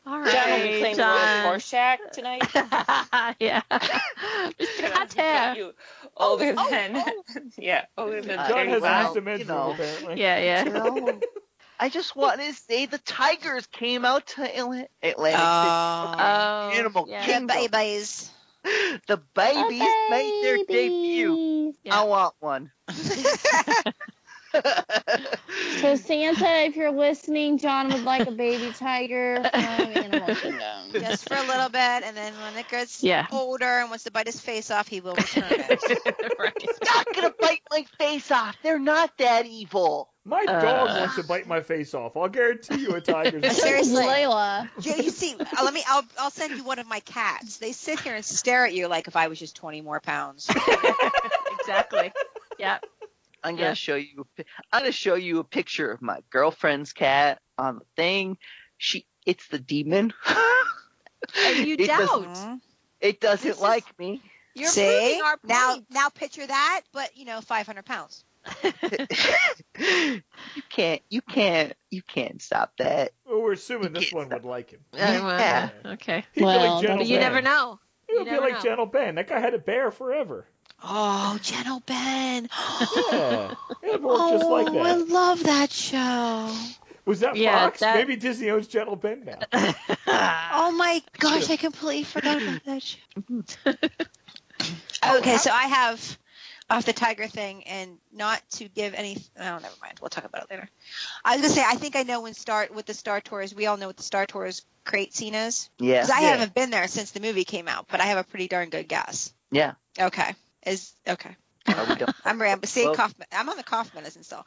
A: All
H: John will be
A: right,
H: playing
A: John.
H: with Rorschach tonight.
A: (laughs) yeah.
H: Gonna
A: Hot
H: get
A: hair.
H: you older
D: oh,
H: than (laughs) yeah, older than
D: Uh,
C: John
H: thirty
C: has
D: well,
C: wow.
H: five.
C: a dimension
D: you know.
C: apparently.
A: Yeah, yeah.
D: no. I just want to say the tigers came out to Atl- Atlantic
A: Oh,
D: Animal
A: yeah.
D: Kingdom.
F: The babies.
D: City. The babies made their debut.
A: Yeah.
D: I want
A: (laughs)
D: one. (laughs)
G: So Santa, if you're listening, John would like a baby (laughs) tiger. from
C: (laughs)
G: Animal Kingdom.
F: Just for a little bit, and then when it gets
A: Yeah.
F: older and wants to bite his face off, he will return
C: (laughs)
F: it.
A: Right.
D: Not gonna bite my face off. They're not that evil.
C: My
A: Uh.
C: dog wants to bite my face off. I'll guarantee you
A: (laughs)
C: a
G: I
C: tiger's.
G: think it's
F: Seriously.
G: Layla.
F: you, you see, uh, let me. I'll, I'll send you one of my cats. They sit here and stare at you like if I was just 20 more pounds.
A: (laughs) exactly. Yeah.
D: I'm gonna
A: Yeah.
D: show you. a pi- I'm gonna show you a picture of my girlfriend's cat on the thing. She, it's the demon.
A: (laughs) And you
D: It does-
A: doubt.
F: Mhm.
D: it doesn't
A: This is-
D: like me.
A: You're
F: see
A: proving our point.
F: now, now picture that, but you know, 500 pounds.
D: you can't. You can't. You can't stop
A: (laughs)
D: that.
C: Well, "Oh, we're assuming this
D: Yes.
C: one would like him.
A: Yeah, well,
D: Yeah.
A: Okay.
C: He'd
G: Well,
C: be like
A: But
C: Gentle
A: you
C: Ben.
A: never know.
C: He
A: You
C: would be
A: never
C: like
A: know.
C: Gentle Ben. That guy had a
A: (laughs)
C: bear forever.
F: Oh, Gentle Ben.
C: Yeah, it worked Oh, just like
F: I
C: that.
F: love that show.
C: Was that
A: Oh, Yeah,
C: Fox?
A: that-
C: Maybe Disney owns Gentle Bend now.
F: Oh my gosh, I completely forgot about that. show.
D: (laughs)
F: okay, so I have off the tiger thing, and not to give any. Oh, never mind. We'll talk about it later. I was gonna say I think I know when Star with the Star Tours. We all know what the Star Tours crate scene is
D: Yeah.
F: because I
C: Yeah.
F: haven't been there since the movie came out, but I have a pretty darn good guess.
D: Yeah.
F: Okay. Is okay.
D: No, we don't.
F: I'm rambling. See,
D: Well-
F: Kaufman. I'm on the Kaufman medicine still.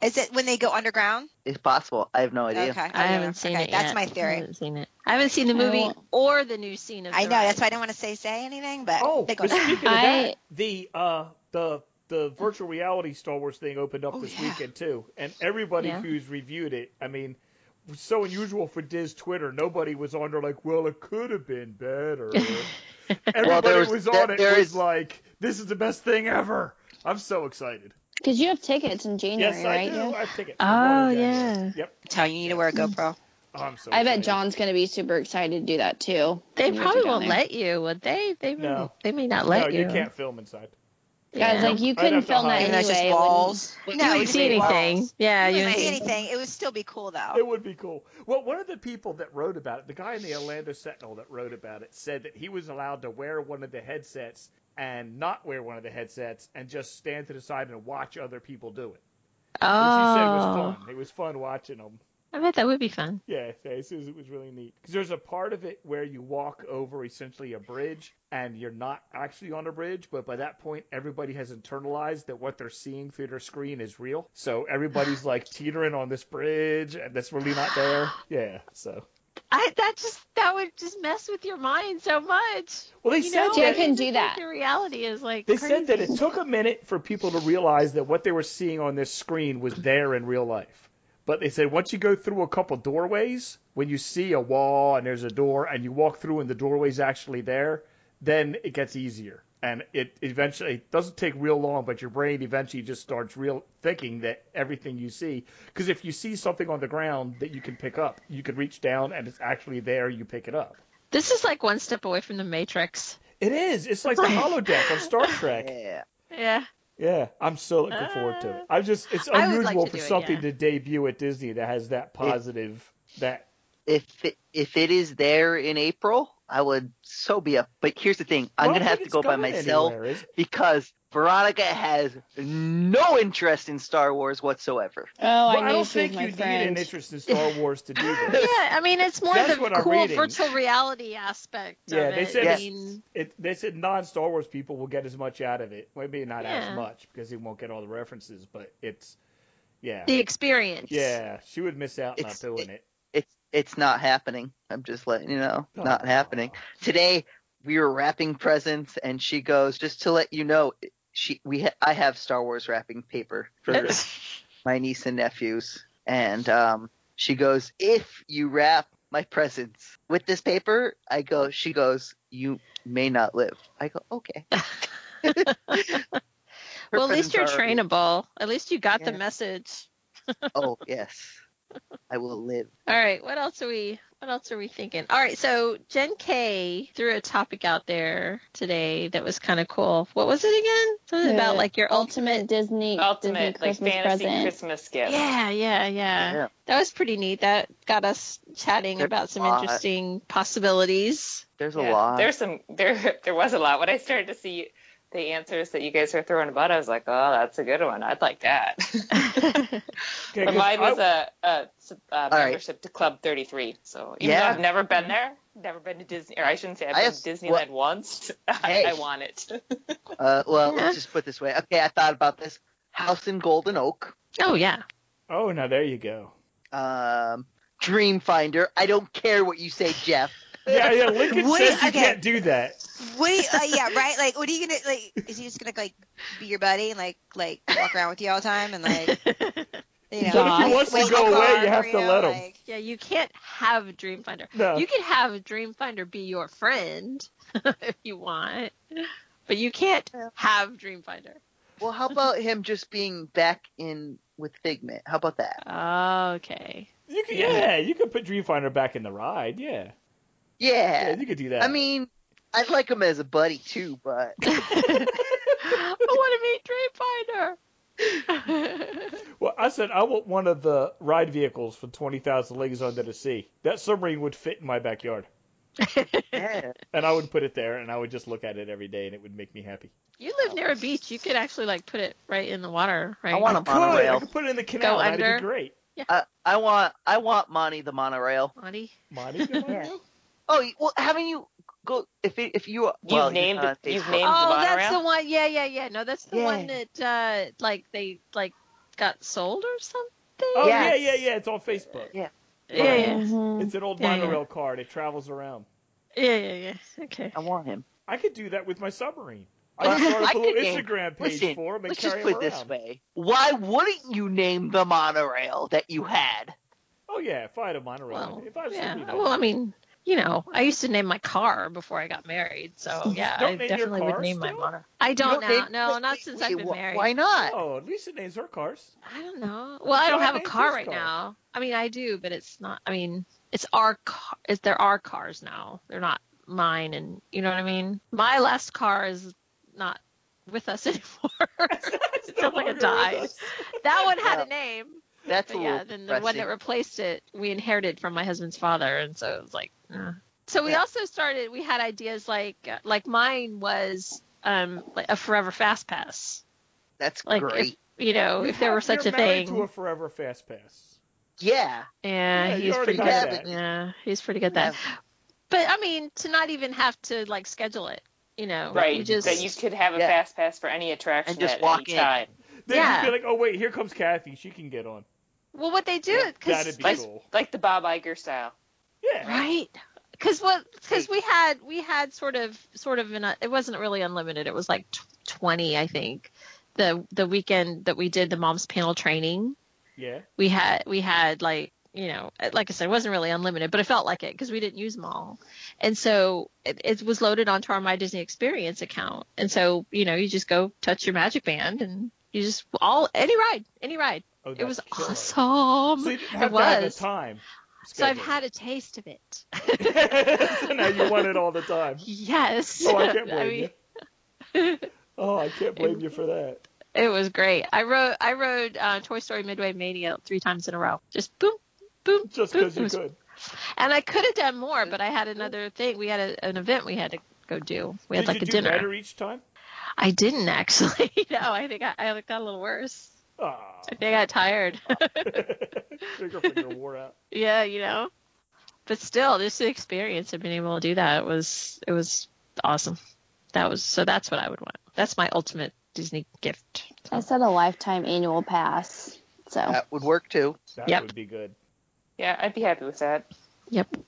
F: Is it when they go underground?
D: It's possible. I have no idea.
F: Okay.
A: I
F: Oh, yeah.
A: haven't seen
F: okay.
A: it.
F: That's
A: yet.
F: my
A: I
F: theory.
A: haven't seen it. I haven't seen the
G: I
A: movie
G: won't.
A: or the new scene of.
F: I
A: the
F: know. That's
A: ride.
F: why I don't want to say say anything, but
C: Oh,
F: they go "Ah."
C: but (laughs) speaking of that,
G: I-
C: the uh, the the virtual reality Star Wars thing opened up
F: Oh,
C: this
F: yeah.
C: weekend too, and everybody
A: Yeah.
C: who's reviewed it, I mean, was so unusual for Diz Twitter. Nobody was on there like, well, it could have been better. everybody
D: Well, there
C: was,
D: was-
C: on
D: there-
C: it
D: there
C: was
D: is-
C: like, this is the best thing ever. I'm so excited.
G: Because you have tickets in January,
C: yes, I
G: right?
C: do.
G: Yeah.
C: I think it.
A: Oh, yeah.
C: Yep.
F: Tell you need to wear a GoPro.
C: Oh, I'm so.
G: I bet
C: excited.
G: John's gonna be super excited to do that too.
A: They
G: when we
A: probably
G: go down
A: won't
G: there.
A: let you, would they? They may,
C: No.
A: they may not
C: No,
A: let
C: you can't film inside.
G: Guys,
A: Yeah.
G: like you
C: I'd
G: couldn't
C: have to
G: film that
C: hide.
F: Even though it's just
G: anyway.
F: walls.
A: You
F: No,
A: wouldn't
F: it's
A: see
F: just walls.
A: anything. Yeah,
F: You
A: you
F: wouldn't see
A: wouldn't
F: anything. It would still be cool though.
C: It would be cool. Well, one of the people that wrote about it, the guy in the Orlando Sentinel that wrote about it, said that he was allowed to wear one of the headsets and not wear one of the headsets and just stand to the side and watch other people do it. Which he said was
A: Oh,
C: fun. It was fun watching them.
A: I bet that would be fun.
C: Yeah, yeah, it was, it was really neat. Because there's a part of it where you walk over essentially a bridge and you're not actually on a bridge, but by that point, everybody has internalized that what they're seeing through their screen is real. So everybody's like teetering on this bridge and that's really not there. Yeah, so.
A: I that just that would just mess with your mind so much.
C: Well, they
A: You
C: said
A: know?
G: Yeah, I
C: that,
G: couldn't
A: It's
G: do
A: just
G: that.
A: Like the reality is like
C: they
A: crazy.
C: said that it took a minute for people to realize that what they were seeing on this screen was there in real life. But they said once you go through a couple doorways, when you see a wall and there's a door and you walk through and the doorway's actually there, then it gets easier. And it eventually it doesn't take real long, but your brain eventually just starts real thinking that everything you see. Because if you see something on the ground that you can pick up, you can reach down and it's actually there. You pick it up.
A: This is like one step away from the Matrix.
C: It is. It's like the holodeck on Star (laughs) Trek.
D: Yeah.
A: Yeah.
C: Yeah, I'm so looking forward to it. I'm just it's
A: Uh, I would like
C: unusual
A: to
C: for
A: do it,
C: something
A: yeah.
C: to debut at Disney that has that positive that
D: If it, if it is there in April, I would so be up. But here's the thing: I'm
C: Well, I
D: gonna have
C: think
D: to
C: it's
D: go by
C: going
D: myself
C: anywhere, is it?
D: because Veronica has no interest in Star Wars whatsoever.
G: Oh,
C: well,
G: I knew
C: don't
G: she was
C: think you
G: my
C: need an
G: friend.
C: interest in
D: (laughs)
C: Star Wars to
A: (laughs)
C: do
A: Yeah,
C: this.
A: I mean it's more
C: That's what
A: the
C: I'm
A: cool
C: reading.
A: virtual reality aspect
C: Yeah,
A: of
C: they
A: it.
C: said
A: I
D: it's-
A: mean,
C: It, they said non-Star Wars people will get as much out of it. Maybe not
A: Yeah.
C: as much because they won't get all the references, but it's yeah,
A: the experience.
C: yeah. She would miss out
D: It's-
C: not doing it.
D: It's it's not happening. I'm just letting you know, not
C: Aw.
D: happening. Today we were wrapping presents, and she goes, "Just to let you know, she we ha- I have Star Wars wrapping paper for my niece and nephews, and um, she goes, "If you wrap my presents with this paper," I go. She goes, "You may not live." I go,
A: (laughs)
D: "Okay." (laughs)
A: well, at least you're
D: Her presents
A: trainable. At least you got the
D: Yeah.
A: message.
D: are- Oh yes, I will live.
A: All right, what else are we what else are we thinking? All right, so Jen K threw a topic out there today that was kind of cool. What was it again? Something
G: The
A: about like your
G: ultimate Disney Disney
H: Ultimate, like
G: Christmas
H: fantasy
G: present.
H: Christmas gift.
A: Yeah, yeah, yeah,
D: Yeah.
A: That was pretty neat. That got us chatting
D: There's
A: about some
D: a lot.
A: interesting possibilities.
D: There's a
H: Yeah,
D: lot.
H: There's some there (laughs) there was a lot. When I started to see the answers that you guys were throwing about, I was like, oh, that's a good one. I'd like that.
C: Okay, 'cause
H: but mine was
C: I-
H: a, a, sub- a
D: right.
H: membership to Club 33. So even
D: Yeah.
H: though I've never been there, never been to Disney, or I shouldn't say I've
D: I
H: been
D: have-
H: to Disneyland
D: what-
H: once. (laughs)
D: Hey.
H: I, I want it. (laughs)
D: Uh, well, let's just put it this way. Okay, I thought about this. House in Golden Oak,
A: Oh yeah.
C: oh, now there you go.
D: um, Dreamfinder. I don't care what you say, Jeff.
C: Yeah, yeah. Lincoln
F: Woody-
C: says you
F: okay.
C: can't do that.
F: What do you, uh,
C: (laughs)
F: yeah, right? Like, what are you gonna like? Is he just gonna like be your buddy and like like walk around with you all the time and (laughs) like you
A: But if he
F: know? like,
C: wants to
F: wait in
C: go
F: the
C: away,
F: car
C: you have
F: for
C: to let him.
F: like-
A: (laughs) yeah, you can't have Dreamfinder.
C: No.
A: You can have Dreamfinder be your friend (laughs) if you want. But you can't have Dreamfinder.
D: Well, how
H: (laughs)
D: about him just being back in with Figment? How about that?
A: Okay.
C: You can, yeah. you could put Dreamfinder back in the ride. Yeah, yeah,
D: Yeah.
C: you could do that.
D: I mean, I'd
H: (laughs)
D: like him as a buddy too, but
A: I want to meet Dreamfinder.
C: Well, I said I want one of the ride vehicles from Twenty Thousand Leagues Under the Sea. That submarine would fit in my backyard,
A: (laughs)
D: Yeah.
C: and I would put it there, and I would just look at it every day, and it would make me happy.
A: You live near a beach. You could actually like put it right in the water, right?
D: I want a
C: Could, I
D: monorail.
C: could put it in the canal.
A: Go
C: That'd
A: under.
C: be great.
D: I, I want I want Monty the monorail.
A: Monty.
D: (laughs)
C: Monty, the monorail?
D: Oh you- well, haven't you go if it, if you well,
H: You've
D: you're
H: named
D: not
H: it- you've
D: Facebook.
H: named- James
A: Oh,
H: the
A: that's
H: monorail?
A: the one. Yeah, yeah, yeah. No, that's the one
D: Yeah.
A: that uh, like they like got sold or something.
C: Oh yeah,
D: Yes.
C: yeah, yeah. It's on Facebook.
D: Yeah.
A: Yeah, yeah,
G: Mhm.
C: It's an old
A: Yeah, yeah.
C: monorail car. It travels around.
A: yeah, yeah, yeah. Okay.
D: I want him.
C: I could do that with my
D: (laughs)
C: submarine. I
D: Well,
C: could start
D: I
C: up a little
D: could name-
C: Instagram page
D: listen,
C: for him and
D: Let's
C: carry
D: just
C: him
D: put it
C: around.
D: this way: Why wouldn't you name the monorail that you had?
C: Oh yeah, if I had a monorail,
A: Well,
C: if I was
A: yeah.
C: you know,
A: Well, I mean, you know, I used to name my car before I got married, so yeah, I
C: Don't name your
A: definitely would
C: car
A: name my
C: still?
A: monorail. I don't,
D: You
A: now.
D: name-
A: no,
D: wait,
A: not
D: wait,
A: since
D: wait,
A: I've been
D: wh-
A: married.
D: Why not?
C: oh, Lisa names
A: (laughs)
C: her cars.
A: I don't know. Well, I don't
C: Why
A: have a
C: name
A: car
C: his
A: right
C: car?
A: now. I mean, I do, but it's not. I mean, it's our car. It's there are cars now. They're not mine, and you know what I mean. My last car is not with us (laughs)
C: (laughs)
A: anymore.
C: It's
A: Until
C: no
A: it
C: longer
A: dies.
C: with us.
A: that one had
D: Yeah.
A: a name,
D: That's
A: but
D: a
A: yeah.
D: little
A: Then the one that
D: depressing.
A: replaced it, we inherited from my husband's father, and so it was like. eh. So we
D: Yeah.
A: also started. We had ideas like like mine was um like a forever fast pass.
D: That's
A: Like if-
D: great.
A: You know,
C: You're
A: Oh, if there
C: mar-
A: were such
C: you're
A: a thing.
C: married to a forever fast pass.
D: Yeah.
A: Yeah,
C: Yeah, you
A: he's
C: already
A: pretty good.
D: got
A: at
D: that.
A: Yeah, he's pretty good at that. But I mean, to not even have to like schedule it, you know,
H: Right.
A: You just
H: that you could have a
D: Yeah.
H: fast pass for any attraction
D: And just
H: at
D: walk
H: any
D: in.
H: time.
C: Then
A: Yeah.
C: you'd be like, oh wait, here comes Kathy. She can get on.
A: well, what they do
D: Yeah,
A: because
C: That'd be
H: Like,
C: cool.
H: like the Bob Iger style.
C: Yeah.
A: right because what because we had we had sort of sort of an uh, it wasn't really unlimited it was like tw- 20 i think the the weekend that we did the mom's panel training
C: Yeah.
A: we had we had like you know uh, like i said it wasn't really unlimited but it felt like it because we didn't use them all and so it, it was loaded onto our my disney experience account and so you know you just go touch your magic band and you just all any ride any ride
C: Oh,
A: it was
C: that's killer.
A: awesome
C: So you didn't
A: it
C: have to have the
A: was.
C: time.
A: so i've
C: scheduled.
A: had a taste of it
C: (laughs) so now you want it all
A: (laughs)
C: the time.
A: yes
C: Oh, I can't
A: (laughs)
C: blame
A: mean,
C: you. Oh, I can't blame you for that.
A: It was great. I rode I rode uh, Toy Story Midway Mania three times in a row. Just boom, boom,
C: Just
A: boom.
C: because
A: It
C: you
A: was-
C: could.
A: And I could have done more, but I had another thing. We had a, an event we had to go do. We had
C: Did
A: like
C: you
A: a
C: do
A: dinner.
C: better each time?
A: I didn't actually. (laughs) no, I think I, I got a little worse. (laughs)
C: Ah.
A: I think I got tired.
C: Trigger finger wore out.
A: yeah, you know. But still, just the experience of being able to do that was it was awesome. That was so. That's what I would want. That's my ultimate Disney gift.
G: I said a lifetime annual pass. So
D: That would work too.
C: That
A: Yep.
C: would be good.
H: Yeah, I'd be happy with that.
A: Yep.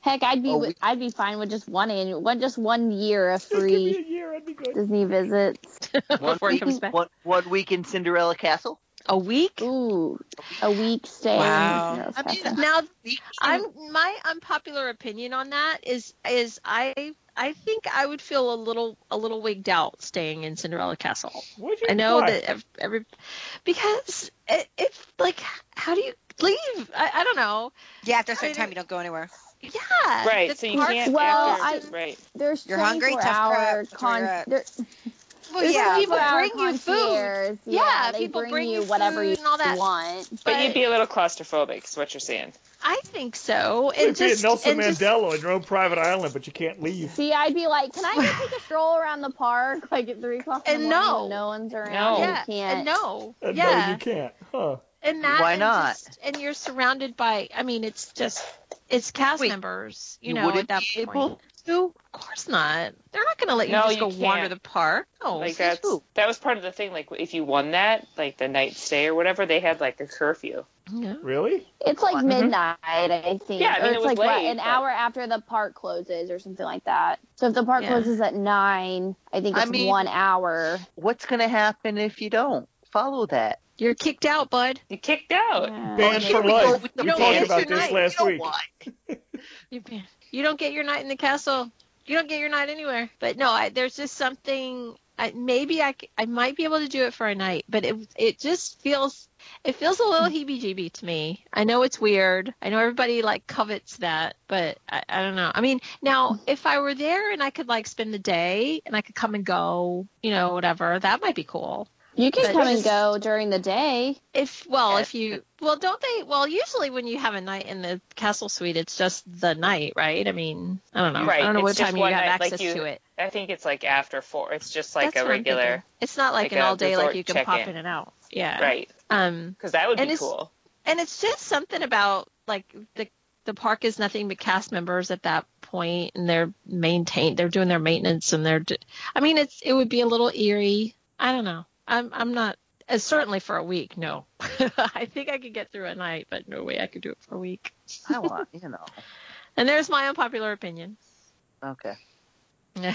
G: heck, I'd be
D: Oh, we-
G: I'd be fine with just one annual, one just one year of
C: Just give me
G: free
C: a year, I'd be good.
G: Disney visits.
A: (laughs) Before it comes back.
D: One, one week in Cinderella Castle.
A: A week.
G: Ooh, a week stay. in
H: Wow.
G: Disney's
D: I mean,
G: Castle.
A: Now
D: Speaking
A: I'm my unpopular opinion on that is is I I think I would feel a little a little wigged out staying in Cinderella Castle.
C: Would you
A: I know
C: try?
A: that ev- every because it, it's like how do you leave? I, I don't know.
F: Yeah, after a
A: I
F: certain time,
A: mean,
F: you don't go anywhere.
A: Yeah.
H: Right,
A: the
H: so you
A: parks-
H: can't
G: Well,
H: after,
G: I-
H: right.
G: there's
F: You're hungry?
G: 24
F: Tough crap.
G: hour
F: That's where
G: con-
F: you're at.
G: there-
A: Well,
G: there's
A: yeah,
F: yeah,
A: people
G: 24
A: bring you food.
G: concierge.
A: Yeah,
G: they
A: people
G: bring,
A: bring
G: you
A: you
G: whatever
A: food
G: you
A: and all that.
G: want.
H: But, you'd be a little claustrophobic, is what you're saying.
A: I think so.
C: It'd
A: And just
C: be a Nelson
A: and just-
C: Mandela on your own private island, but you can't leave.
G: See, I'd be like, can
A: (laughs)
G: I go take a stroll around the park like at three o'clock in the
A: And
G: morning
A: no.
G: when no one's around?
H: No.
G: You
A: yeah,
G: can't.
A: and no,
C: And
A: yeah,
C: Uh, No, you can't. Huh.
A: and that
D: Why
A: and
D: not?
A: just- and you're surrounded by i mean it's just it's cast
D: Wait,
A: members you,
D: you
A: know at
D: wouldn't
A: that
D: be
A: point
D: able
A: to of course not they're not going to let you
H: No,
A: just
H: you
A: go wander
H: can't.
A: the park Oh, no
H: like
A: that's
H: that's that was part of the thing. Like if you won that, like the night stay or whatever, they had like a curfew.
A: yeah.
C: Really?
G: It's like
D: Mhm.
G: midnight, I think.
H: Mm-hmm. Yeah, I mean,
G: or
H: it
G: it's
H: was
G: like what,
H: late,
G: an
H: but-
G: hour after the park closes or something like that. So if the park
A: Yeah.
G: closes at nine, I think
D: I
G: it's
D: mean-
G: one hour.
D: what's going to happen if you don't follow that?
A: you're kicked out bud
H: You kicked out.
G: Yeah.
C: Banned
D: Here
C: for
D: we go
C: life.
D: with the
C: We
A: don't
C: talked
A: get
C: about
A: your
C: this
A: night.
C: last
D: You know
C: week. (laughs)
D: what?
A: you ban- you don't get your night in the castle you don't get your night anywhere but no I, there's just something I, maybe I, c- I might be able to do it for a night but it it just feels It feels a little heebie-jeebie to me. I know it's weird. I know everybody like covets that, but I, I don't know. I mean, now if I were there and I could like spend the day and I could come and go, you know, whatever, that might be cool.
G: You can
A: But
G: come and
A: it's-
G: go during the day.
A: If well,
D: Yeah.
A: if you well, don't they? Well, usually when you have a night in the castle suite, it's just the night, right? I mean, I don't know.
H: Right,
A: I don't know
H: it's
A: what
H: just
A: time you
H: one
A: have
H: night, like
A: access
H: you-
A: to it.
H: I think it's like after four. It's just like
A: That's
H: a
A: what I'm thinking.
H: regular,
A: It's not like,
H: like
A: an
H: a
A: all day like
H: resort
A: you can pop
H: check-in.
A: in and out. Yeah.
H: right?
A: Um.
H: Because that would
A: And
H: be
A: it's-
H: cool.
A: and it's just something about like the the park is nothing but cast members at that point and they're maintained they're doing their maintenance and they're d- i mean it's it would be a little eerie i don't know i'm i'm not uh, certainly for a week no (laughs) i think i could get through a night but no way i could do it for a week
D: I want, you know.
A: and there's my unpopular opinion
D: Okay.
F: I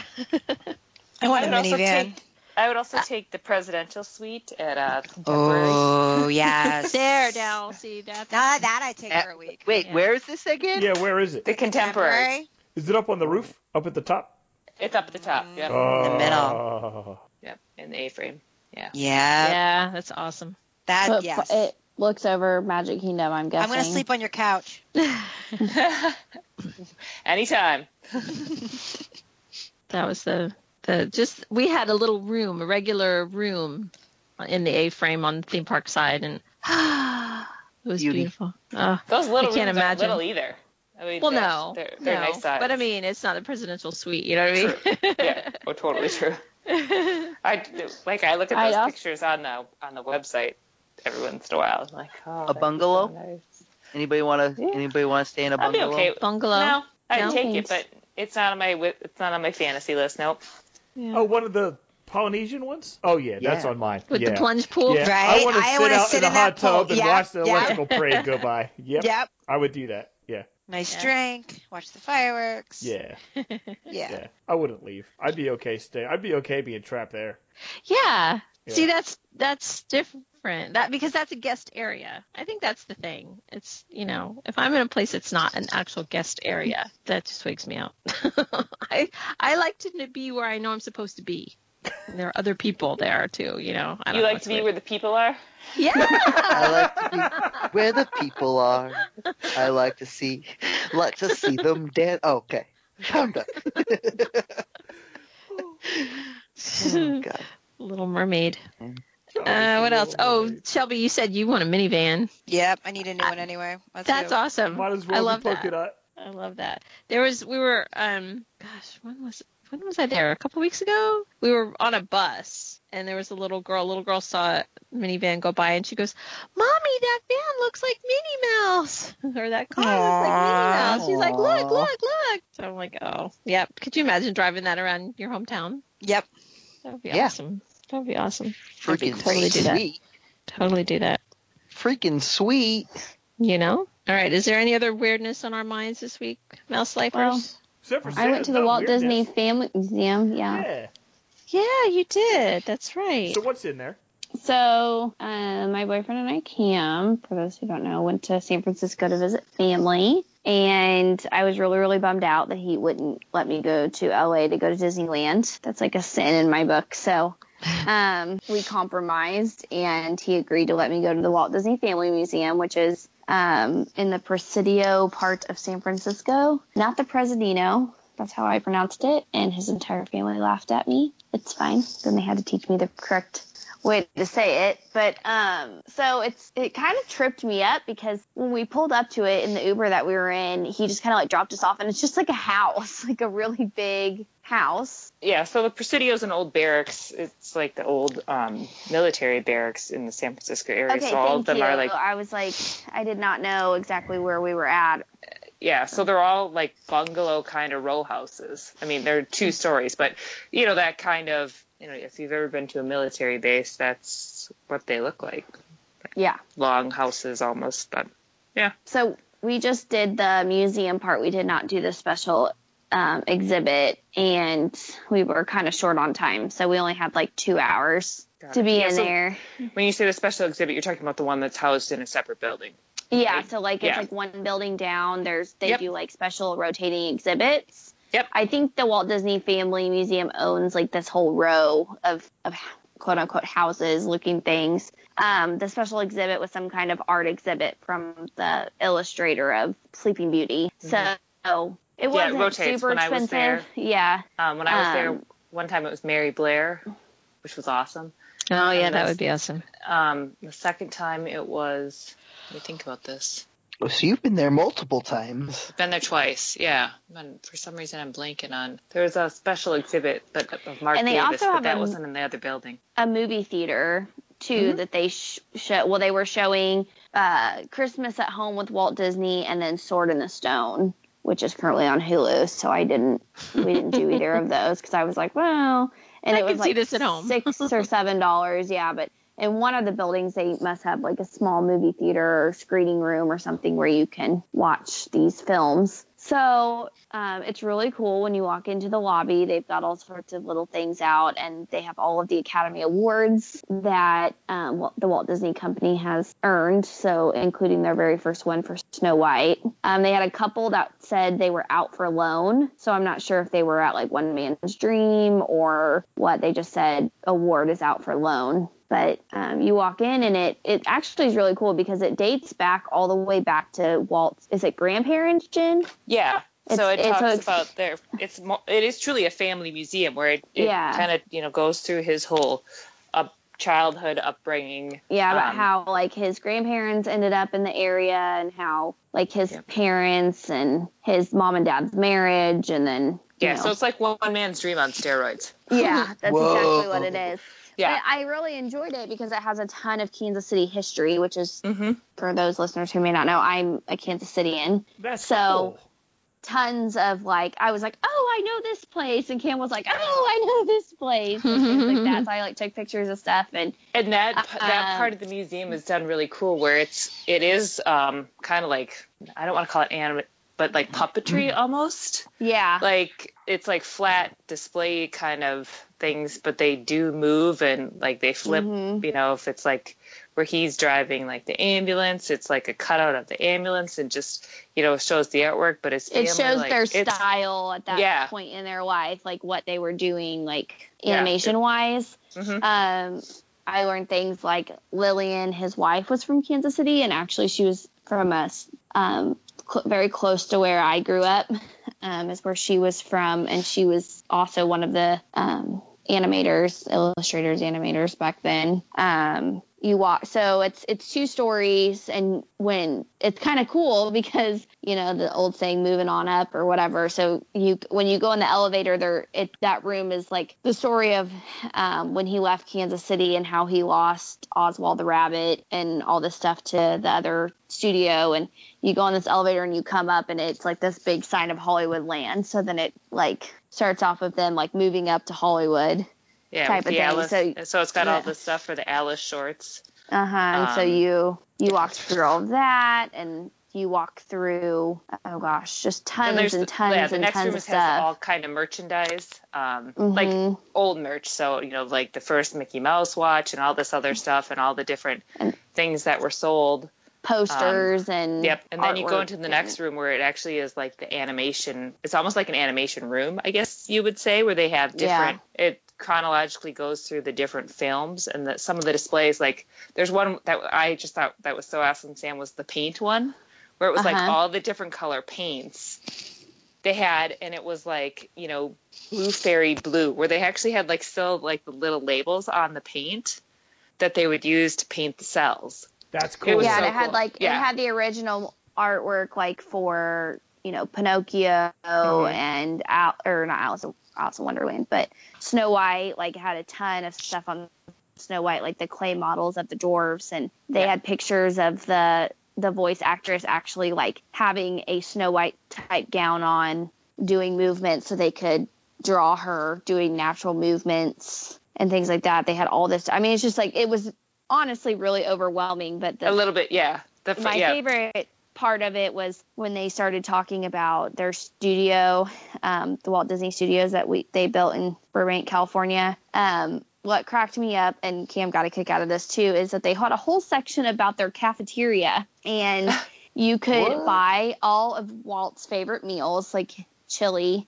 F: want
H: I
F: a
H: would also
F: minivan.
H: take. I would also take the presidential suite at uh, Contemporary.
F: (laughs) Oh yes.
A: there now see that's
F: Now that I take
D: That-
F: for a week.
D: Wait,
A: Yeah.
D: where is this again?
C: Yeah, where is it?
H: The Contemporary.
C: Is it up on the roof? Up at the top?
H: It's up at the top. Yep.
C: Oh.
F: middle.
H: Yep. In the A-frame. (laughs)
F: Yeah.
A: yeah that's awesome
F: That
G: But
F: yes.
G: it looks over Magic Kingdom, I'm
F: I'm
G: guessing.
F: gonna sleep on your couch.
H: Anytime.
A: that was the the just we had a little room, a regular room in the A frame on the theme park side, and (sighs) it was
D: Beauty.
A: beautiful. Oh,
H: Those little
A: I can't
H: rooms
A: imagine.
H: aren't little either. I mean,
A: well,
H: they're,
A: no,
H: they're, they're
A: no,
H: nice size.
A: but I mean, it's not a presidential suite, you know what I mean?
H: (laughs)
A: (laughs)
H: yeah, oh, totally true. I like I look at
G: I
H: those
G: also-
H: pictures on the on the website every once in a while. I'm like, oh, that'd be so
D: bungalow?
H: nice.
D: Anybody want to?
H: Yeah.
D: Anybody want to stay in a
H: I'd be
D: bungalow?
H: okay. with-
A: Bungalow.
H: No, I'd
A: No?
H: take it, but
G: Thanks.
H: it's not on my wi- it's not on my fantasy list. Nope.
A: Yeah.
C: Oh, one of the Polynesian ones? Oh yeah, that's
D: Yeah.
C: on mine.
A: With
C: yeah.
A: the plunge pool.
C: Yeah. I
F: Right?
C: want to
F: I
C: sit
F: wanna
C: out
F: sit
C: in a
F: in that
C: hot tub
F: pool.
C: and
F: Yeah,
C: watch the
F: yeah.
C: electrical parade go by. Yep,
F: Yep.
C: I would do that. Yeah,
F: Nice
A: Yeah.
F: drink. Watch the fireworks.
C: yeah,
F: Yeah.
C: yeah. I wouldn't leave. I'd be okay staying. I'd be okay being trapped there.
A: Yeah.
C: Yeah.
A: See, that's that's different. That because that's a guest area. I think that's the thing. It's you know, if I'm in a place that's not an actual guest area, that just wakes me out. (laughs) I I like to n- be where I know I'm supposed to be. And there are other people there too. You know, I don't
H: You
A: know,
H: like
A: it's
H: to be
A: weird.
H: where the people are.
A: Yeah.
D: I like to be where the people are. I like to see, like to see them dead. Okay, I'm done.
A: (laughs)
D: Oh, (laughs)
H: (laughs)
D: God.
A: Little Mermaid.
C: it's
A: Uh, what
C: a
A: else?
C: little
A: Oh,
C: mermaid.
A: Shelby, you said you want a minivan.
F: Yep. I need a new one anyway. Let's
A: That's
F: go.
A: awesome.
C: might as
A: I
C: well
A: love
C: be polka
A: that.
C: dot.
A: I love that. There was we were um gosh, when was when was I there? A couple weeks ago? We were on a bus and there was a little girl, a little girl saw a minivan go by and she goes, Mommy, that van looks like Minnie Mouse (laughs) or that car looks like Minnie Mouse. She's like, Look,
D: Aw.
A: look, look. So I'm like, Oh, yep. Could you imagine driving that around your hometown?
F: Yep.
A: That would be
D: Yeah.
A: awesome. That would be awesome. I'd be
D: Freaking
A: totally do that.
D: sweet.
A: Totally do that.
D: Freaking sweet.
A: You know? All right. Is there any other weirdness on our minds this week, Mouse Lifers?
G: Well,
C: Except for
G: I went
C: Santa's
G: to the
C: not
G: Walt
C: weird
G: Disney
C: now.
G: Family Museum. Yeah.
C: Yeah.
A: Yeah, you did. That's right.
C: So what's in there?
G: So uh, my boyfriend and I, Cam, for those who don't know, went to San Francisco to visit family, and I was really, really bummed out that he wouldn't let me go to LA to go to Disneyland. That's like a sin in my book. So um, we compromised, and he agreed to let me go to the Walt Disney Family Museum, which is um, in the Presidio part of San Francisco, not the Presidino. That's how I pronounced it, and his entire family laughed at me. It's fine. Then they had to teach me the correct way to say it but um so it's it kind of tripped me up because when we pulled up to it in the uber that we were in he just kind of like dropped us off and it's just like a house (laughs) like a really big house
H: Yeah, so the Presidio's an old barracks. It's like the old um, military barracks in the San Francisco area.
G: okay
H: so all of
G: thank
H: them
G: you
H: are like
G: i was like i did not know exactly where we were at
H: Yeah, so they're all like bungalow kind of row houses. I mean, they're two stories, but you know that kind of you know if you've ever been to a military base, that's what they look like.
G: yeah
H: Long houses almost, but
G: so we just did the museum part. We did not do the special um, exhibit, and we were kind of short on time, so we only had like two hours
H: Got
G: to
H: it.
G: be
H: Yeah,
G: in
H: so-
G: there.
H: when you say the special exhibit, you're talking about the one that's housed in a separate building.
G: Yeah, so like it's
H: Yeah.
G: like one building down. There's they
H: Yep.
G: do like special rotating exhibits.
H: Yep.
G: I think the Walt Disney Family Museum owns like this whole row of of quote unquote houses looking things. um, the special exhibit was some kind of art exhibit from the illustrator of Sleeping Beauty. So it
H: Mm-hmm. Yeah, it
G: wasn't
H: rotates
G: super
H: when I was
G: expensive.
H: there.
G: Yeah.
H: Um, when I was there
G: Um,
H: one time, it was Mary Blair, which was awesome.
A: Oh yeah,
H: that's-
A: that would be awesome. (laughs)
H: Um, the second time it was. Let me think about this.
D: So you've been there multiple times.
H: Been there twice, yeah. And for some reason, I'm blanking on. There was a special exhibit, but of Mark
G: And they
H: Davis,
G: also
H: but
G: have
H: that
G: a-
H: wasn't in the other building.
G: a movie theater too
A: Mm-hmm.
G: that they sh- show. Well, they were showing uh, Christmas at Home with Walt Disney, and then Sword in the Stone, which is currently on Hulu. So I didn't, we didn't do
A: (laughs)
G: either of those because I was like, well, and
A: I
G: it was
A: can see
G: like
A: this at home.
G: six
A: (laughs)
G: or seven dollars, yeah. But in one of the buildings, they must have like a small movie theater or screening room or something where you can watch these films. So um, it's really cool when you walk into the lobby. They've got all sorts of little things out, and they have all of the Academy Awards that um, Wal- the Walt Disney Company has earned. So, including their very first one for Snow White. Um, they had a couple that said they were out for loan. So, I'm not sure if they were at like One Man's Dream or what. They just said award is out for loan. But um, you walk in and it it actually is really cool because it dates back all the way back to Walt's is it grandparents, Jen?
H: Yeah. so
G: It's-
H: it talks
G: it's- so it's-
H: about their. It's mo- it is truly a family museum where it, it
G: Yeah.
H: kind of you know goes through his whole up childhood upbringing.
G: Yeah, about
H: Um,
G: how like his grandparents ended up in the area and how like his
H: Yeah.
G: parents and his mom and dad's marriage and then you
H: Yeah.
G: know.
H: So it's like one, one man's dream on steroids. (laughs)
G: yeah, that's exactly what it
D: Whoa.
G: is.
H: Yeah.
G: But I really enjoyed it because it has a ton of Kansas City history, which is
H: Mm-hmm.
G: for those listeners who may not know, I'm a Kansas Cityan.
C: That's
G: So-
C: cool.
G: Tons of like I was like, Oh, I know this place and Cam was like, Oh, I know this place and things
H: (laughs)
G: like that. So I like took pictures of stuff and
H: And that that
G: Um,
H: part of the museum is done really cool, where it's it is um, kind of like I don't want to call it animate, but like
G: Mm-hmm.
H: puppetry almost.
G: yeah.
H: Like it's like flat display kind of things, but they do move and like they flip.
G: Mhm.
H: You know, if it's like where he's driving like the ambulance, it's like a cutout of the ambulance and just you know shows the artwork, but it's family,
G: it shows
H: like,
G: their
H: it's-
G: style at that
H: Yeah.
G: point in their life, like what they were doing, like
H: Yeah.
G: animation wise.
H: Mhm.
G: Um, I learned things like Lillian, his wife, was from Kansas City, and actually she was from us, um, cl- very close to where I grew up, (laughs) um, is where she was from, and she was also one of the um, animators, illustrators, animators back then. Um, you walk, so it's it's two stories, and when it's kind of cool (laughs) because you know the old saying, moving on up or whatever. So you when you go in the elevator, there it that room is like the story of um, when he left Kansas City and how he lost Oswald the Rabbit and all this stuff to the other studio. And you go on this elevator and you come up and it's like this big sign of Hollywood land. So then it like starts off of them like moving up to Hollywood.
H: yeah,
G: type
H: with
G: of
H: the
G: thing,
H: Alice.
G: so-
H: So, it's got all
G: yeah.
H: the stuff for the Alice shorts.
G: Uh huh. And so
H: Um,
G: you you walk through all of that and you walk through oh gosh, just tons and,
H: there's the-
G: tons
H: yeah, the
G: and
H: next
G: tons
H: room
G: of
H: has
G: stuff.
H: all kind of merchandise, um, like
G: Mhm.
H: old merch. So you know, like the first Mickey Mouse watch and all this other stuff and all the different
G: And-
H: things that were sold.
G: posters and
H: um, Yep. And then you go
G: artwork
H: into the
G: and-
H: next room where it actually is like the animation. It's almost like an animation room, I guess you would say, where they have
G: Yeah.
H: different. It chronologically goes through the different films and that some of the displays. Like there's one that I just thought that was so awesome, Sam, was the paint one, where it was like
G: Uh-huh.
H: all the different color paints they had, and it was like you know blue fairy blue, where they actually had like still like the little labels on the paint that they would use to paint the cells.
C: That's cool.
H: was
G: yeah,
H: so
G: and it had
H: cool.
G: like
H: Yeah.
G: it had the original artwork like for you know Pinocchio
H: Mm-hmm.
G: and Al- or not Alice, in- Alice in Wonderland, but Snow White. Like had a ton of stuff on Snow White, like the clay models of the dwarves, and they
H: Yeah.
G: had pictures of the the voice actress actually like having a Snow White type gown on, doing movements so they could draw her doing natural movements and things like that. They had all this. I mean, it's just like it was honestly really overwhelming. But
H: A
G: the
H: little bit, yeah. The, fir-
G: my
H: yeah.
G: favorite part of it was when they started talking about their studio, um, the Walt Disney Studios that we they built in Burbank, California. Um, what cracked me up, and Cam got a kick out of this too, is that they had a whole section about their cafeteria,
H: (laughs)
G: and you could
D: What?
G: buy all of Walt's favorite meals, like chili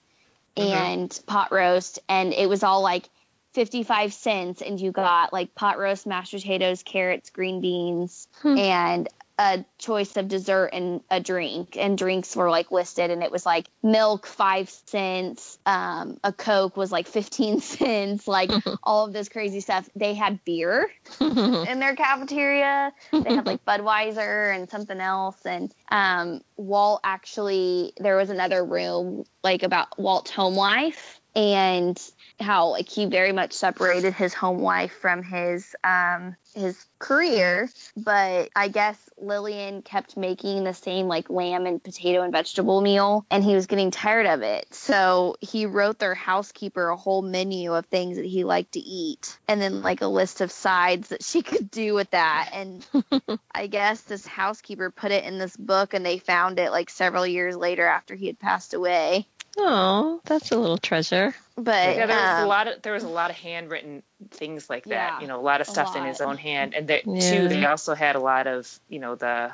H: Mhm.
G: and pot roast, and it was all like 55 cents and you got like pot roast, mashed potatoes, carrots, green beans,
E: Hmm.
G: and a choice of dessert and a drink. And drinks were like listed and it was like milk, five cents, um, a Coke was like 15 (laughs) cents, like all of this crazy stuff. They had beer in their cafeteria. They had like Budweiser and something else. And um, Walt actually, there was another room like about Walt's home life and how like he very much separated his home life from his um his career but i guess lillian kept making the same like lamb and potato and vegetable meal and he was getting tired of it so he wrote their housekeeper a whole menu of things that he liked to eat and then like a list of sides that she (laughs) could do with that
H: (laughs)
G: and i guess this housekeeper put it in this book and they found it like several years later after he had passed away
A: Oh, that's a little treasure.
G: but
H: Yeah, there was a
G: um,
H: lot of there was a lot of handwritten things like that.
G: Yeah,
H: you know, a lot of
G: a
H: stuff in his
G: lot.
H: own hand, and that
A: Yeah.
H: too. They also had a lot of you know the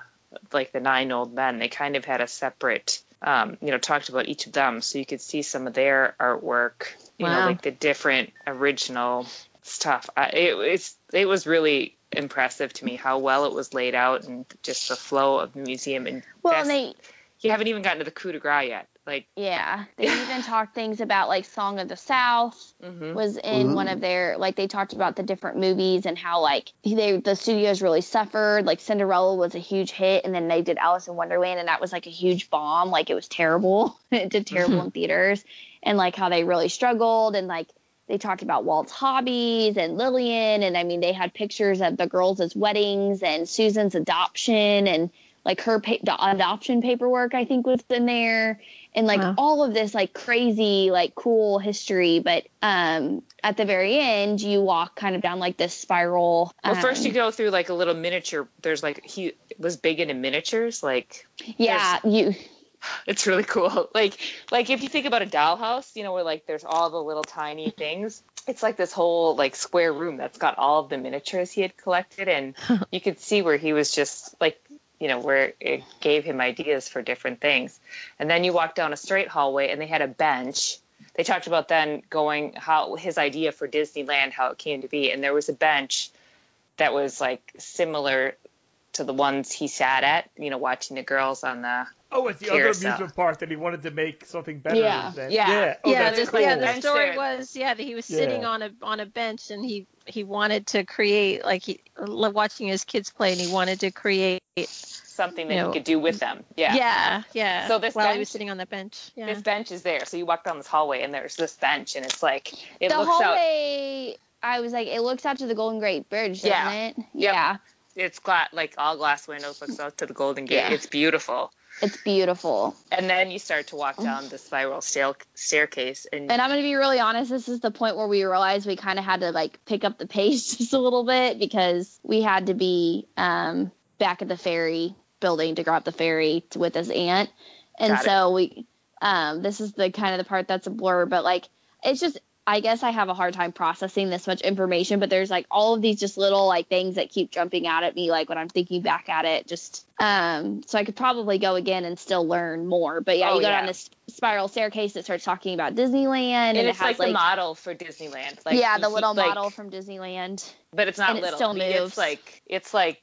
H: like the nine old men. They kind of had a separate um, you know talked about each of them, so you could see some of their artwork. You
A: Wow.
H: know, like the different original stuff. I, it, it's it was really impressive to me how well it was laid out and just the flow of the museum. And
G: well
H: that's-
G: and they
H: you haven't even gotten to the coup de grace yet. Like,
G: Yeah, they even talked things about like Song of the South
H: mhm.
G: was in one of their like they talked about the different movies and how like they the studios really suffered. Like Cinderella was a huge hit, and then they did Alice in Wonderland, and that was like a huge bomb. Like it was terrible. (laughs) it did terrible in theaters, and like how they really struggled, and like they talked about Walt's hobbies and Lillian, and I mean they had pictures of the girls' as weddings and Susan's adoption and like her pa- the adoption paperwork I think was in there and like
A: Wow.
G: all of this like crazy like cool history but um at the very end you walk kind of down like this spiral
H: Well, first
G: um,
H: you go through like a little miniature. There's like he was big into miniatures. Like
G: yeah you
H: it's really cool. (laughs) Like like if you think about a dollhouse, you know, where like there's all the little tiny things. It's like this whole like square room that's got all of the miniatures he had collected, and you could see where he was just like you know where it gave him ideas for different things. And then you walk down a straight hallway, and they had a bench. They talked about then going how his idea for Disneyland, how it came to be, and there was a bench that was like similar to the ones he sat at, you know, watching the girls on the
C: Oh, it's the
H: Here,
C: other
H: so-
C: amusement park that he wanted to make something better
G: Yeah,
C: than.
H: yeah.
C: Oh,
A: yeah,
C: that's
A: this,
C: cool.
A: yeah. The
H: Bench
A: story
H: there.
A: was yeah that he was
C: Yeah.
A: sitting on a on a bench and he he wanted to create like he lo- watching his kids play and he wanted to create
H: something that
A: You
H: you
A: know,
H: could do with them. Yeah.
A: yeah yeah.
H: So this
A: while he
H: bench-
A: was sitting on the bench yeah.
H: This bench is there. So you walk down this hallway and there's this bench and it's like it
G: the
H: looks out
G: hallway I was like it looks out to the Golden Gate Bridge doesn't
H: Yeah.
G: it
H: Yep.
G: yeah
H: it's gla- like all glass windows looks out to the Golden Gate.
G: Yeah.
H: It's beautiful.
G: it's beautiful
H: And then you start to walk down the spiral stair- staircase and,
G: Oh. And I'm going to be really honest, this is the point where we realized we kind of had to like pick up the pace (laughs) just a little bit because we had to be um, back at the ferry building to grab the ferry to, with his aunt. And
H: Got it.
G: so we, um, this is the kind of the part that's a blur, but like it's just, I guess I have a hard time processing this much information, but there's like all of these just little like things that keep jumping out at me, like when I'm thinking back at it, just um, so I could probably go again and still learn more. But yeah,
H: Oh,
G: you go
H: yeah.
G: down this spiral staircase that starts talking about Disneyland,
H: and
G: and, it
H: it's
G: has
H: like,
G: like,
H: the model for Disneyland. Like
G: yeah,
H: you
G: the
H: keep,
G: little
H: like-
G: model from Disneyland.
H: but it's not
G: and it
H: little.
G: still
H: I mean,
G: moves.
H: It's like it's like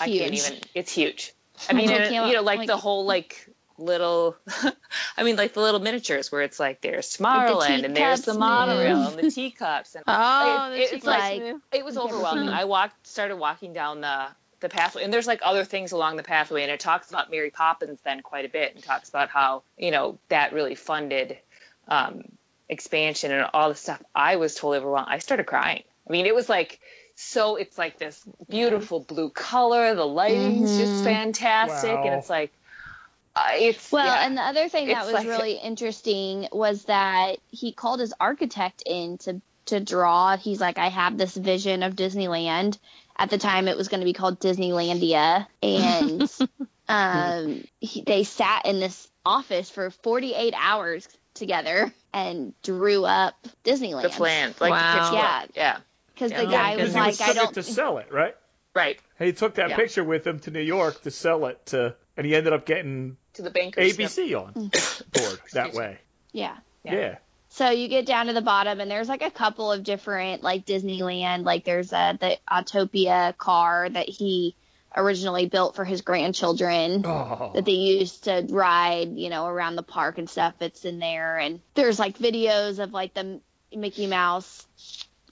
H: I can't
G: Huge.
H: even. It's huge. I mean,
G: I
H: and,
G: can't-
H: you know, like the
G: like-
H: whole like little. (laughs) I mean, like the little miniatures where it's like there's
G: the
H: Tomorrowland and there's the
G: teacups
H: monorail
G: move.
H: and the teacups
G: (laughs)
H: and
A: Oh,
H: It-
A: the
H: it's
A: cheeks
G: like-
A: move.
H: it was
G: I've never
H: overwhelming.
G: seen it.
H: I walked started walking down the the pathway and there's like other things along the pathway and it talks about Mary Poppins then quite a bit and talks about how, you know, that really funded um expansion and all the stuff. I was totally overwhelmed. I started crying. I mean, it was like so it's like this beautiful blue color, the lighting's just
G: Mhm.
H: fantastic and
C: Wow.
H: it's like uh, it's
G: Well,
H: yeah.
G: and the other thing that
H: It's
G: was
H: like-
G: really interesting was that he called his architect in to to draw. He's like, I have this vision of Disneyland. At the time, it was going to be called Disneylandia, and
H: (laughs)
G: um, he, they sat in this office for 48 hours together and drew up Disneyland.
H: the plan, like
A: Wow.
H: the picture.
G: Yeah.
H: yeah,
G: Because the
A: Yeah,
G: guy
C: Because
G: was
C: he
G: like,
C: was
G: I
C: subject
G: don't.
C: to sell it, right?
H: right
C: And he took that
H: Yeah.
C: picture with him to New York to sell it to, and he ended up getting
H: to the bankers.
G: Mm.
C: ABC on board that way.
G: Yeah.
H: Yeah.
C: Yeah.
G: So you get down to the bottom, and there's like a couple of different like Disneyland. Like there's a the Autopia car that he originally built for his grandchildren
C: Oh.
G: that they used to ride, you know, around the park and stuff. It's in there, and there's like videos of like the Mickey Mouse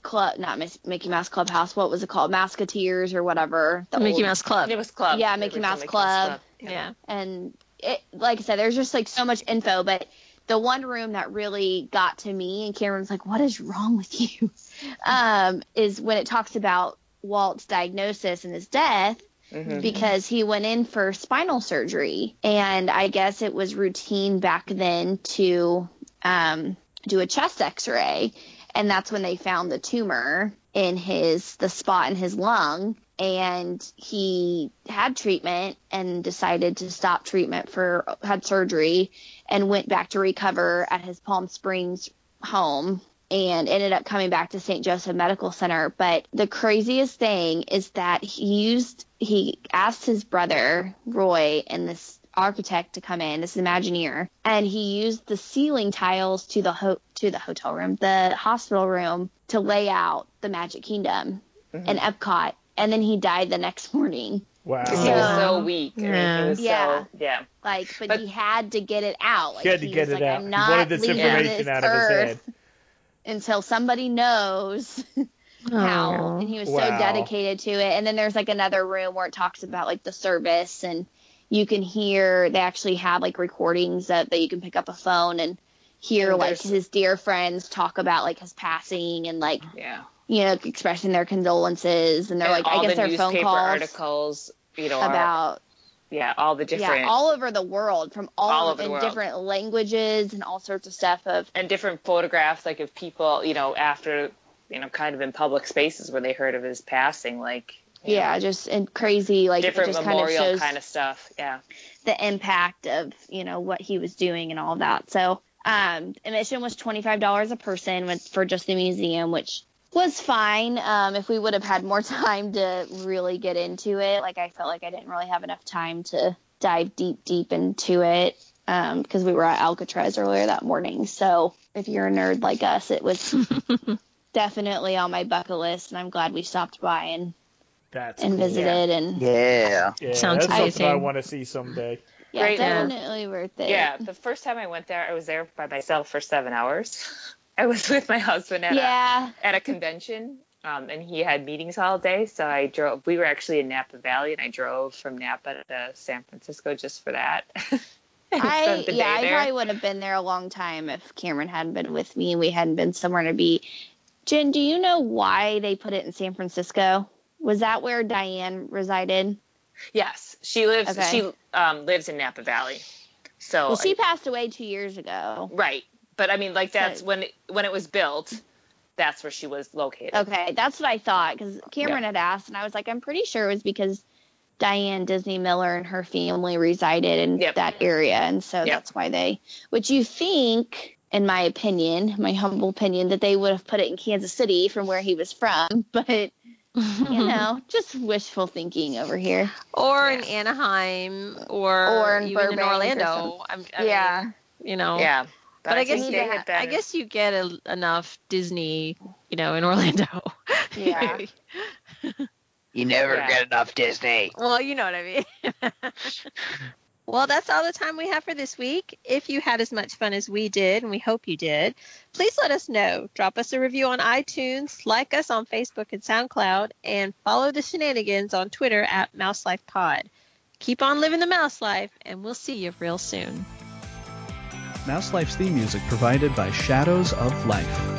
G: club, not Miss, Mickey Mouse Clubhouse. What was it called? Musketeers or whatever. the
A: Mickey
G: old-
A: Mouse Club.
H: It was club.
G: Yeah,
H: The
G: Mickey
H: original
G: Mouse Club.
A: Yeah.
G: and it, like I said, there's just like so much info, but the one room that really got to me and Cameron's like, "What is wrong with you?" (laughs) um, is when it talks about Walt's diagnosis and his death
H: Mhm.
G: because he went in for spinal surgery, and I guess it was routine back then to um, do a chest X-ray, and that's when they found the tumor in his the spot in his lung and he had treatment and decided to stop treatment for had surgery and went back to recover at his Palm Springs home and ended up coming back to St. Joseph Medical Center but the craziest thing is that he used he asked his brother Roy and this architect to come in this imagineer and he used the ceiling tiles to the ho- to the hotel room the hospital room to lay out the magic kingdom and Epcot, and then he died the next (laughs) morning.
C: Oh. Wow.
H: 'Cause he was
G: Yeah.
H: so weak. I mean,
A: Yeah.
H: He was
G: Yeah.
H: so yeah.
G: Like, but,
H: But-
G: he had to get it out. Like,
C: He had to get
G: was
C: it
G: like,
C: out.
G: I'm
C: He
G: not
C: wanted this
G: leaving
C: information
G: this
C: out of his
G: earth until somebody knows how. And he was so
C: Wow.
G: dedicated to it. And then there's like another room where it talks about like the service, and you can hear they actually have like recordings that, that you can pick up a phone and hear
H: And
G: like
H: Oh, there's-
G: his dear friends talk about like his passing and like
H: Yeah.
G: you know expressing their condolences and they're
H: And
G: like
H: all
G: I guess
H: the
G: their phone
H: newspaper
G: calls
H: articles, you know, about
G: about
H: yeah, all the different
G: yeah, all over the world, from all,
H: All
G: of-
H: over the
G: in
H: world.
G: different languages and all sorts of stuff. Of
H: and different photographs, like of people, you know, after you know, kind of in public spaces where they heard of his passing, like you
G: yeah, just and crazy like
H: know,
G: it
H: different
G: just kind of
H: memorial
G: shows
H: kind of stuff. Yeah.
G: the impact of you know what he was doing and all that. So um, admission was twenty five dollars a person with, for just the museum, which was fine. Um, if we would have had more (laughs) time to really get into it, like I felt like I didn't really have enough time to dive deep deep into it because we were at Alcatraz earlier that morning. So if you're a nerd like us, it was definitely on my bucket list, and I'm glad we stopped by and
C: That's
G: and
C: cool.
G: visited and
D: Yeah.
C: Yeah,
A: Sounds
C: that's something
A: amazing.
C: I want to see someday.
G: yeah,
H: Great.
G: definitely worth it.
H: Yeah. The first time I went there, I was there by myself for seven hours. (laughs) I was with my husband at a
G: Yeah.
H: at a convention, um, and he had meetings all day. So I drove. We were actually in Napa Valley, and I drove from Napa to San Francisco just for that. (laughs) And
G: I
H: spent the
G: yeah,
H: day
G: I
H: there.
G: probably would have been there a long time if Cameron hadn't been with me and we hadn't been somewhere to be. Jen, do you know why they put it in San Francisco? Was that where Diane resided?
H: yes, she lives.
G: Okay.
H: She um, lives in Napa Valley. So
G: well, she passed away two years ago.
H: right, but I mean, like that's
G: So-
H: when it, when it was built. That's where she was located.
G: Okay, that's what I thought because Cameron had asked, and I was like, I'm pretty sure it was because Diane Disney Miller and her family resided in
H: Yep.
G: that area, and so
H: Yep.
G: that's why they. Which you think, in my opinion, my humble opinion, that they would have put it in Kansas City from where he was from, (laughs) but
A: (laughs) Mm-hmm.
G: you know, just wishful thinking over here.
A: or in
H: Yeah.
A: Anaheim, or,
G: Or in
A: even
G: Burbank or
A: Orlando.
G: something.
A: I'm, I mean, you know.
H: Yeah,
A: But, I, guess
H: think
A: you,
H: they had
A: I
H: been-
A: guess you get a, enough Disney, you know, in (laughs) Orlando.
G: Yeah.
D: You never
H: Yeah.
D: get enough Disney.
A: (laughs) Well, you know what I mean. (laughs) well, that's all the time we have for this week. If you had as much fun as we did, and we hope you did, please let us know. Drop us a review on iTunes, like us on Facebook and SoundCloud, and follow the shenanigans on Twitter at Mouse Life Pod. Keep on living the mouse life, and we'll see you real soon.
I: Mouse Life's theme music provided by Shadows of Life.